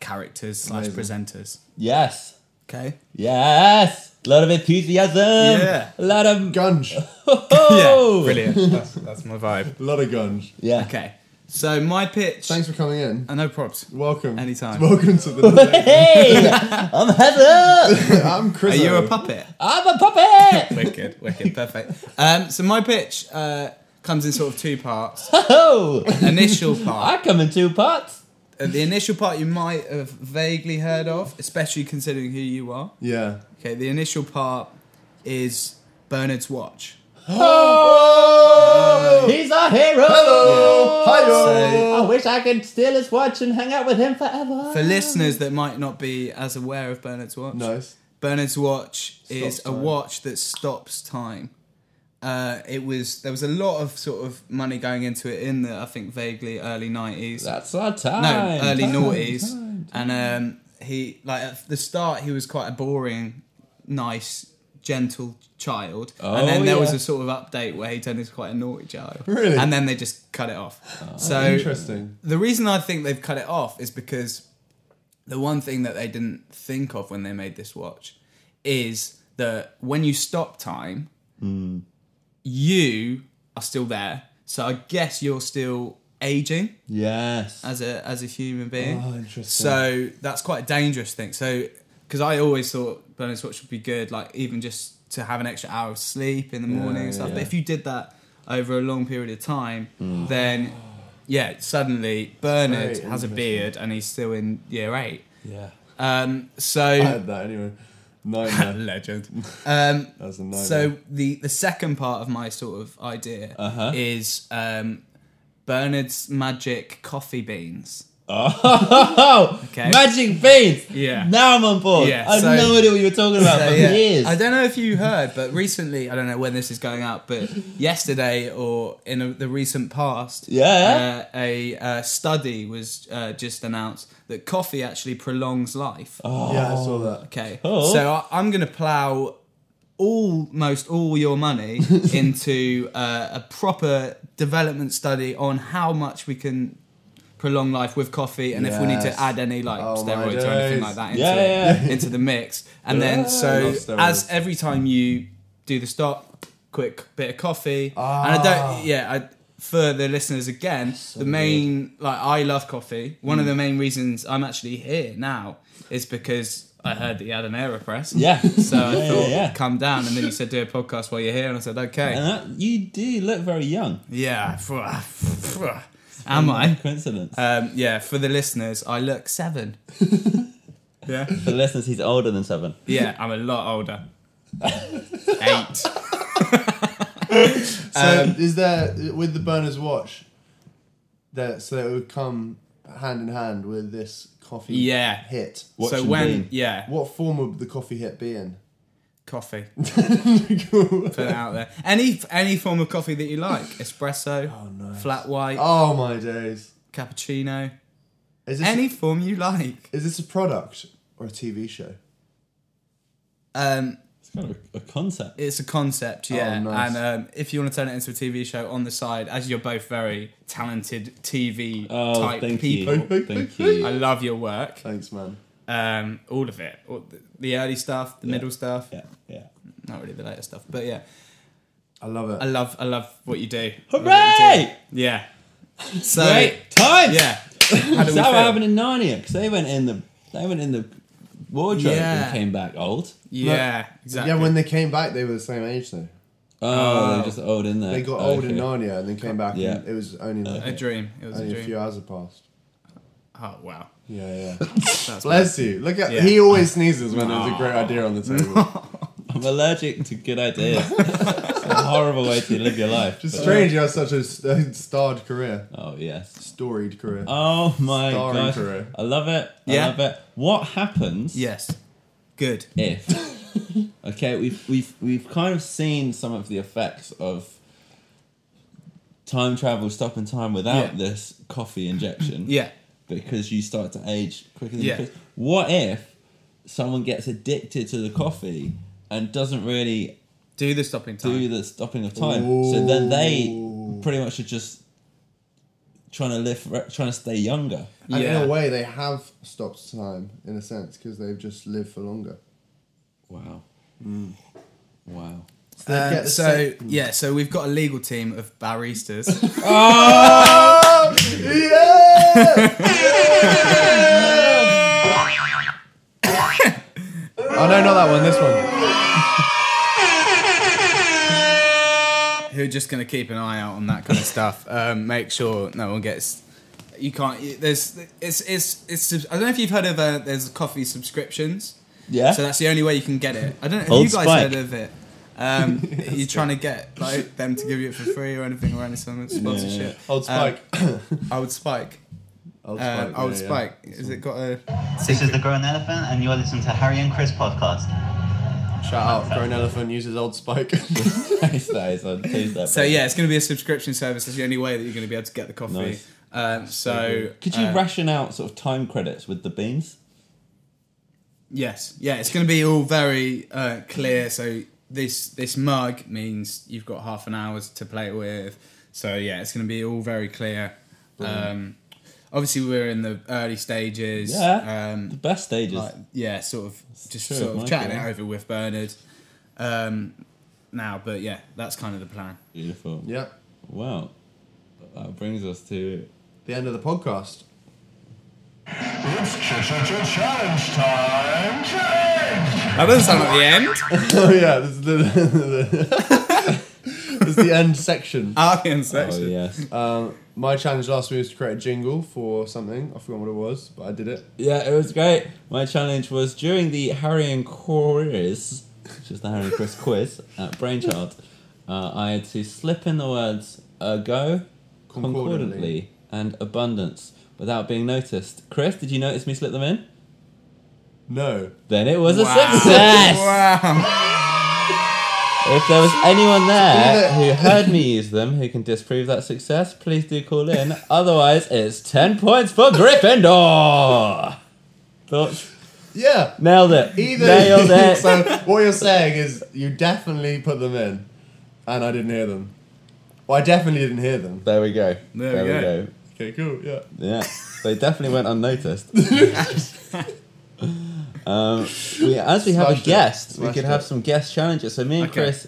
[SPEAKER 11] characters slash presenters.
[SPEAKER 2] Yes.
[SPEAKER 11] Okay.
[SPEAKER 2] Yes. A lot of enthusiasm.
[SPEAKER 11] *laughs* Yeah.
[SPEAKER 2] A lot of.
[SPEAKER 1] Gunge.
[SPEAKER 2] *laughs* Oh!
[SPEAKER 11] Yeah. *laughs* Brilliant. that's, that's my vibe.
[SPEAKER 1] A lot of gunge.
[SPEAKER 2] Yeah.
[SPEAKER 11] Okay. So my pitch.
[SPEAKER 1] Thanks for coming in.
[SPEAKER 11] Uh, no props.
[SPEAKER 1] Welcome.
[SPEAKER 11] Anytime.
[SPEAKER 1] Welcome to
[SPEAKER 11] *laughs*
[SPEAKER 1] the. *laughs*
[SPEAKER 2] Hey! I'm Heather!
[SPEAKER 1] I'm
[SPEAKER 11] Are
[SPEAKER 1] Chris.
[SPEAKER 11] you a puppet?
[SPEAKER 2] I'm a puppet! *laughs*
[SPEAKER 11] wicked, wicked, *laughs* perfect. Um, so my pitch uh, comes in sort of two *laughs* parts.
[SPEAKER 2] Oh!
[SPEAKER 11] Initial
[SPEAKER 2] I
[SPEAKER 11] part.
[SPEAKER 2] come in two parts.
[SPEAKER 11] Uh, the initial part you might have vaguely heard of, especially considering who you are.
[SPEAKER 1] Yeah.
[SPEAKER 11] Okay, the initial part is Bernard's watch.
[SPEAKER 2] He's our hero!
[SPEAKER 11] Oh.
[SPEAKER 1] Hello.
[SPEAKER 2] I wish I could steal his watch and hang out with him forever.
[SPEAKER 11] For listeners that might not be as aware of Bernard's watch,
[SPEAKER 1] Nice.
[SPEAKER 11] Bernard's watch is a
[SPEAKER 1] time.
[SPEAKER 11] watch that stops time. Uh, it was there was a lot of sort of money going into it in the I think vaguely early nineties.
[SPEAKER 2] That's our time.
[SPEAKER 11] no early
[SPEAKER 2] time,
[SPEAKER 11] noughties
[SPEAKER 2] time, time.
[SPEAKER 11] and um, he like at the start he was quite a boring nice gentle child
[SPEAKER 2] Oh,
[SPEAKER 11] and then there was
[SPEAKER 2] yeah.
[SPEAKER 11] a sort of update where he turned into quite a naughty child
[SPEAKER 1] Really?
[SPEAKER 11] and then they just cut it off so
[SPEAKER 1] Interesting.
[SPEAKER 11] the reason i think they've cut it off is because the one thing that they didn't think of when they made this watch is that when you stop time you are still there so i guess you're still aging
[SPEAKER 2] Yes.
[SPEAKER 11] as a as a human being.
[SPEAKER 1] Oh, interesting.
[SPEAKER 11] So that's quite a dangerous thing. So because I always thought bonus watch would be good, like even just to have an extra hour of sleep in the morning and stuff. But if you did that over a long period of time, then yeah, suddenly Bernard
[SPEAKER 1] Very
[SPEAKER 11] has a
[SPEAKER 1] interesting.
[SPEAKER 11] beard and he's still in year eight.
[SPEAKER 2] Yeah.
[SPEAKER 11] Um,
[SPEAKER 1] I *laughs*
[SPEAKER 11] so
[SPEAKER 1] had that anyway. Nightmare.
[SPEAKER 11] legend. Um,
[SPEAKER 1] That's a nightmare.
[SPEAKER 11] so the the second part of my sort of idea
[SPEAKER 2] Uh-huh.
[SPEAKER 11] is um, Bernard's magic coffee beans.
[SPEAKER 2] Oh,
[SPEAKER 11] Okay.
[SPEAKER 2] magic beans.
[SPEAKER 11] Yeah.
[SPEAKER 2] Now I'm on board.
[SPEAKER 11] Yeah,
[SPEAKER 2] I had
[SPEAKER 11] so-
[SPEAKER 2] no idea what you were talking about
[SPEAKER 11] So,
[SPEAKER 2] for
[SPEAKER 11] yeah.
[SPEAKER 2] years.
[SPEAKER 11] I don't know if you heard, but recently, I don't know when this is going out, but yesterday or in a, the recent past,
[SPEAKER 2] Yeah.
[SPEAKER 11] uh, a uh, study was uh, just announced that coffee actually prolongs
[SPEAKER 2] Oh.
[SPEAKER 11] life.
[SPEAKER 1] yeah, I saw that.
[SPEAKER 11] Okay,
[SPEAKER 2] Cool.
[SPEAKER 1] Oh.
[SPEAKER 11] so I, I'm going to plow almost all your
[SPEAKER 1] *laughs*
[SPEAKER 11] money into uh, a proper development study on how much we can prolong life with coffee and if we need
[SPEAKER 1] Yes.
[SPEAKER 11] to add any like
[SPEAKER 1] Oh, my
[SPEAKER 11] steroids or anything
[SPEAKER 1] days.
[SPEAKER 11] like that into,
[SPEAKER 2] Yeah, yeah, yeah.
[SPEAKER 11] into the mix and then
[SPEAKER 1] I
[SPEAKER 11] so
[SPEAKER 1] love steroids.
[SPEAKER 11] as
[SPEAKER 2] Ah.
[SPEAKER 11] every time you do the stop quick bit of coffee and i don't yeah i for the listeners again, the main like I love coffee. One of
[SPEAKER 7] Mm.
[SPEAKER 11] the main reasons I'm actually here now is because I heard that you had an AeroPress.
[SPEAKER 2] Yeah.
[SPEAKER 11] *laughs* So I
[SPEAKER 2] Yeah,
[SPEAKER 11] thought
[SPEAKER 2] yeah, Uh-huh. yeah.
[SPEAKER 11] come down and then you said do a podcast while you're here and I said, Okay.
[SPEAKER 2] *laughs* And that- you do look very young.
[SPEAKER 11] Yeah. ah, Am I?
[SPEAKER 2] Coincidence.
[SPEAKER 11] Um, yeah, for the listeners, I look seven. yeah.
[SPEAKER 2] For the listeners, he's older than seven.
[SPEAKER 11] Yeah, I'm a lot
[SPEAKER 2] *laughs*
[SPEAKER 11] older. Eight.
[SPEAKER 1] So
[SPEAKER 11] Um,
[SPEAKER 1] is there with the burner's watch that so it would come hand in hand with this coffee
[SPEAKER 11] Yeah.
[SPEAKER 1] hit?
[SPEAKER 11] Watch So and when- bean. yeah.
[SPEAKER 1] What form would the coffee hit be in? *laughs*
[SPEAKER 11] Coffee. Put it out there. Any any form of coffee that you like. Espresso, flat white.
[SPEAKER 1] Oh my days.
[SPEAKER 11] Cappuccino.
[SPEAKER 1] Is this
[SPEAKER 11] any form you like.
[SPEAKER 1] Is this a product or a TV show?
[SPEAKER 11] Um
[SPEAKER 2] It's kind of a concept.
[SPEAKER 11] It's a concept, yeah.
[SPEAKER 1] Oh, nice.
[SPEAKER 11] And um, if you want to turn it into a TV show on the side, as you're both very talented TV
[SPEAKER 2] Oh,
[SPEAKER 11] type
[SPEAKER 2] thank you.
[SPEAKER 11] people,
[SPEAKER 2] Thank
[SPEAKER 11] *laughs*
[SPEAKER 2] you.
[SPEAKER 11] I love your work.
[SPEAKER 1] Thanks, man.
[SPEAKER 11] Um, all of it, all the, the early stuff, the
[SPEAKER 1] Yeah.
[SPEAKER 11] middle stuff.
[SPEAKER 2] Yeah, yeah.
[SPEAKER 11] Not really the later stuff, but yeah.
[SPEAKER 1] I love it.
[SPEAKER 11] I love, I love what you do. I love what you
[SPEAKER 2] Hooray!
[SPEAKER 11] do.
[SPEAKER 2] *laughs*
[SPEAKER 11] Yeah. So
[SPEAKER 2] Great times.
[SPEAKER 11] Yeah. How do
[SPEAKER 2] Is
[SPEAKER 11] we
[SPEAKER 2] that what
[SPEAKER 11] feel?
[SPEAKER 2] happened in Narnia? Because they went in the they went in the wardrobe
[SPEAKER 11] Yeah.
[SPEAKER 2] and came back old.
[SPEAKER 1] Look, Yeah, when they came back, they were the same age though.
[SPEAKER 2] Oh, they were just old in there.
[SPEAKER 1] They got old in
[SPEAKER 2] Okay.
[SPEAKER 1] Narnia and then came back.
[SPEAKER 2] Yeah.
[SPEAKER 1] and it was only like
[SPEAKER 11] A dream. It was a
[SPEAKER 1] only
[SPEAKER 11] dream.
[SPEAKER 1] few hours had passed.
[SPEAKER 11] Oh wow.
[SPEAKER 1] Yeah,
[SPEAKER 11] yeah.
[SPEAKER 1] Bless you. Look at
[SPEAKER 2] Yeah.
[SPEAKER 1] he always sneezes when there's a great idea on the
[SPEAKER 11] *laughs*
[SPEAKER 1] table.
[SPEAKER 2] I'm allergic to good
[SPEAKER 1] *laughs*
[SPEAKER 2] ideas. it's a horrible way to live your life.
[SPEAKER 1] Just
[SPEAKER 2] but-
[SPEAKER 1] strange you have such a st- starred career.
[SPEAKER 2] Oh yes.
[SPEAKER 1] Storied career.
[SPEAKER 2] Oh my
[SPEAKER 1] Starring
[SPEAKER 2] gosh.
[SPEAKER 1] career.
[SPEAKER 2] I love it.
[SPEAKER 1] Yeah.
[SPEAKER 2] I love it. What happens?
[SPEAKER 11] Yes. Good.
[SPEAKER 2] If
[SPEAKER 1] *laughs*
[SPEAKER 2] okay, we've we've we've kind of seen some of the effects of time travel stopping time without
[SPEAKER 11] Yeah.
[SPEAKER 2] this coffee injection.
[SPEAKER 11] Yeah.
[SPEAKER 2] Because you start to age quicker than
[SPEAKER 11] Yeah.
[SPEAKER 2] you could. What if someone gets addicted to the coffee and doesn't really
[SPEAKER 11] do the stopping
[SPEAKER 2] time. Do the stopping of time. So then they pretty much are just trying to live re- trying to stay younger.
[SPEAKER 1] And in a way, they have stopped time in a sense because they've just lived for longer.
[SPEAKER 2] Wow. Wow.
[SPEAKER 1] they
[SPEAKER 11] Um,
[SPEAKER 1] get the
[SPEAKER 11] so
[SPEAKER 1] same-
[SPEAKER 11] yeah, so we've got a legal team of
[SPEAKER 1] *laughs*
[SPEAKER 11] baristas.
[SPEAKER 1] Oh, Oh no, not that one. This one.
[SPEAKER 11] who are just going to keep an eye out on that kind of stuff. Um, make sure no one gets. You can't. you- There's. It's. It's. It's. I don't know if you've heard of. Uh, there's coffee subscriptions.
[SPEAKER 2] Yeah. *laughs*
[SPEAKER 11] So that's the only way you can get it. I don't know. Have
[SPEAKER 2] Old
[SPEAKER 11] you guys
[SPEAKER 2] Spike.
[SPEAKER 11] heard of it? *laughs* Um, you're trying to get like them to give you it for free or anything or any sort of sponsorship.
[SPEAKER 1] Yeah, yeah. *coughs* Old
[SPEAKER 11] Um,
[SPEAKER 1] Spike.
[SPEAKER 11] old Spike.
[SPEAKER 1] Old
[SPEAKER 11] Um,
[SPEAKER 1] Spike,
[SPEAKER 11] old
[SPEAKER 1] yeah, yeah.
[SPEAKER 11] Spike. Has it got a?
[SPEAKER 10] This is the Grown Elephant, and you're listening to Harry and Chris podcast.
[SPEAKER 1] Shout out, grown elephant uses old Spike. *laughs*
[SPEAKER 11] So yeah, it's going to be a subscription service. That's the only way that you're going to be able to get the coffee.
[SPEAKER 2] Nice.
[SPEAKER 11] Um, so
[SPEAKER 2] could you
[SPEAKER 11] uh,
[SPEAKER 2] ration out sort of time credits with the beans?
[SPEAKER 11] Yes, yeah, it's going to be all very uh, clear. So this this mug means you've got half an hour to play it with. So yeah, it's going to be all very clear. Um, obviously, we're in the early stages.
[SPEAKER 2] Yeah,
[SPEAKER 11] um,
[SPEAKER 2] the best stages.
[SPEAKER 11] like, yeah, sort of just
[SPEAKER 2] true,
[SPEAKER 11] sort of
[SPEAKER 2] my
[SPEAKER 11] chatting it
[SPEAKER 2] opinion.
[SPEAKER 11] over with Bernard um, now. But yeah, that's kind of the plan.
[SPEAKER 2] Beautiful.
[SPEAKER 1] Yeah.
[SPEAKER 2] Wow. That brings us to
[SPEAKER 1] the end of the
[SPEAKER 11] *laughs*
[SPEAKER 1] podcast.
[SPEAKER 8] It's challenge time.
[SPEAKER 11] That doesn't sound like the end.
[SPEAKER 1] oh yeah, this is the, *laughs* this is the end section.
[SPEAKER 11] Ah, the end section.
[SPEAKER 2] Oh, yes.
[SPEAKER 1] Um, my challenge last week was to create a jingle for something. I forgot what it was, but I did it.
[SPEAKER 2] Yeah, it was great. My challenge was during the Harry and quiz, which is the Harry and Chris quiz at Brainchild, uh, I had to slip in the words ergo, concordantly,
[SPEAKER 1] Concordantly.
[SPEAKER 2] and abundance without being noticed. Chris, did you notice me slip them in?
[SPEAKER 1] No.
[SPEAKER 2] Then it was a success! If there was anyone there who heard me use them who can disprove that success, please do call in. Otherwise, it's 10 points for Gryffindor! Thoughts?
[SPEAKER 1] Yeah.
[SPEAKER 2] Nailed it.
[SPEAKER 1] Either. *laughs*
[SPEAKER 2] Nailed it.
[SPEAKER 1] so what you're saying is you definitely put them in, and I didn't hear them. Well, I definitely didn't hear them.
[SPEAKER 2] There we go.
[SPEAKER 1] There we go. Okay, cool. Yeah.
[SPEAKER 2] Yeah, they definitely went unnoticed. *laughs* um, we, as we have a
[SPEAKER 1] Smashed it.
[SPEAKER 2] guest, we
[SPEAKER 1] Smashed
[SPEAKER 2] could have
[SPEAKER 1] it.
[SPEAKER 2] some guest challenges. So me and
[SPEAKER 1] Okay.
[SPEAKER 2] Chris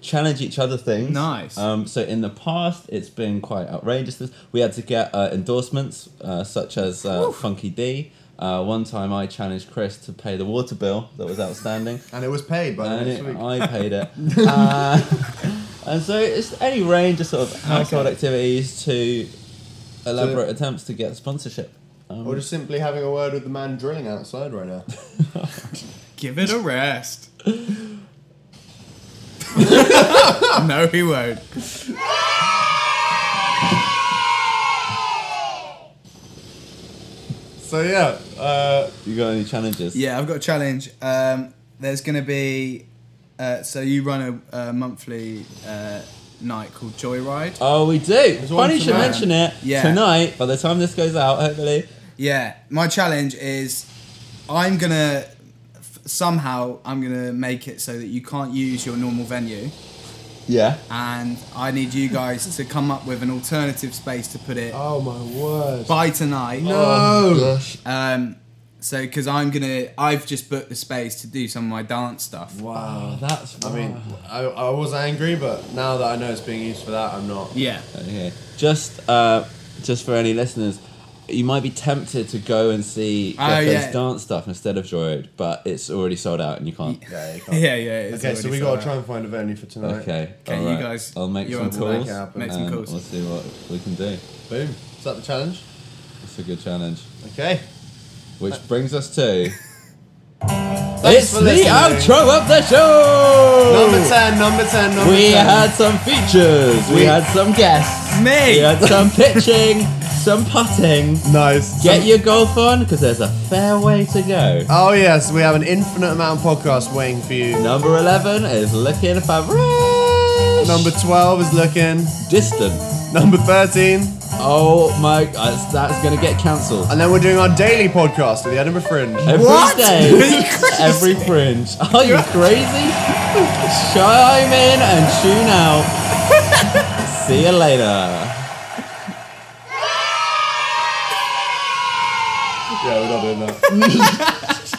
[SPEAKER 2] challenge each other things.
[SPEAKER 11] Nice.
[SPEAKER 2] Um, so in the past, it's been quite outrageous. We had to get uh, endorsements uh, such as uh, Funky D. Uh, one time, I challenged Chris to pay the water bill that was outstanding,
[SPEAKER 1] and it was paid by the
[SPEAKER 2] And
[SPEAKER 1] next
[SPEAKER 2] it-
[SPEAKER 1] week.
[SPEAKER 2] I paid it. uh, and so it's any range of sort of household activities to elaborate attempts to get sponsorship. Um,
[SPEAKER 1] Or just simply having a word with the man drilling outside right now.
[SPEAKER 11] Give it a rest. no, he won't.
[SPEAKER 1] So yeah, uh,
[SPEAKER 2] you got any challenges?
[SPEAKER 11] Yeah, I've got a challenge. Um, there's going to be. Uh, so you run a, uh monthly uh, night called Joyride.
[SPEAKER 2] Oh, we do.
[SPEAKER 11] one
[SPEAKER 2] Funny you should
[SPEAKER 11] tonight.
[SPEAKER 2] mention it.
[SPEAKER 11] Yeah.
[SPEAKER 2] Tonight, by the time this goes out, hopefully.
[SPEAKER 11] Yeah, my challenge is I'm gonna f- somehow I'm gonna make it so that you can't use your normal venue,
[SPEAKER 2] Yeah.
[SPEAKER 11] and I need you guys to come up with an alternative space to put it.
[SPEAKER 1] Oh my word!
[SPEAKER 11] By tonight.
[SPEAKER 1] No. Oh, gosh.
[SPEAKER 11] Um. So, because I'm gonna, I've just booked the space to do some of my dance stuff.
[SPEAKER 1] Wow,
[SPEAKER 2] Oh, that's.
[SPEAKER 1] I mean, I, I was angry, but now that I know it's being used for that, I'm not.
[SPEAKER 11] Yeah.
[SPEAKER 2] Okay. Just uh, just for any listeners, you might be tempted to go and see
[SPEAKER 11] Oh,
[SPEAKER 2] Gecko's
[SPEAKER 11] yeah.
[SPEAKER 2] dance stuff instead of Joyride, but it's already sold out and you can't.
[SPEAKER 1] Yeah, you
[SPEAKER 11] *laughs* Yeah, yeah, it's
[SPEAKER 1] Okay, so
[SPEAKER 11] already
[SPEAKER 1] we gotta
[SPEAKER 11] sold
[SPEAKER 1] try and find a venue for tonight.
[SPEAKER 2] Okay.
[SPEAKER 11] Okay,
[SPEAKER 2] all
[SPEAKER 11] you
[SPEAKER 2] right.
[SPEAKER 11] guys-
[SPEAKER 2] I'll make
[SPEAKER 11] you're
[SPEAKER 2] some
[SPEAKER 11] on to that.
[SPEAKER 2] calls.
[SPEAKER 11] Make it happen. Make some
[SPEAKER 2] and
[SPEAKER 11] calls.
[SPEAKER 2] We'll see what we can do.
[SPEAKER 1] Boom. Is that the challenge?
[SPEAKER 2] It's a good challenge.
[SPEAKER 1] Okay.
[SPEAKER 2] Which brings us to.
[SPEAKER 1] Thanks
[SPEAKER 2] it's
[SPEAKER 1] for
[SPEAKER 2] the
[SPEAKER 1] listening.
[SPEAKER 2] outro of the show.
[SPEAKER 1] Number ten. Number ten. Number
[SPEAKER 2] We
[SPEAKER 1] ten.
[SPEAKER 2] had some features. We,
[SPEAKER 1] We-
[SPEAKER 2] had some guests.
[SPEAKER 11] Me.
[SPEAKER 2] We had some pitching, some putting.
[SPEAKER 1] Nice.
[SPEAKER 2] Get your golf on because there's a fair way to go.
[SPEAKER 1] Oh yes, we have an infinite amount of podcasts waiting for you.
[SPEAKER 2] Number 11 is looking for fresh.
[SPEAKER 1] Number twelve is looking.
[SPEAKER 2] distant.
[SPEAKER 1] Number thirteen,
[SPEAKER 2] Oh my, that's, that's going to get cancelled.
[SPEAKER 1] and then we're doing our daily podcast with the Edinburgh Fringe.
[SPEAKER 2] Every
[SPEAKER 11] What? *laughs*
[SPEAKER 2] day,
[SPEAKER 11] Are you crazy?
[SPEAKER 2] every fringe. Are you crazy? Chime in and tune out.
[SPEAKER 11] *laughs*
[SPEAKER 2] See you later.
[SPEAKER 1] yeah, we're not doing that.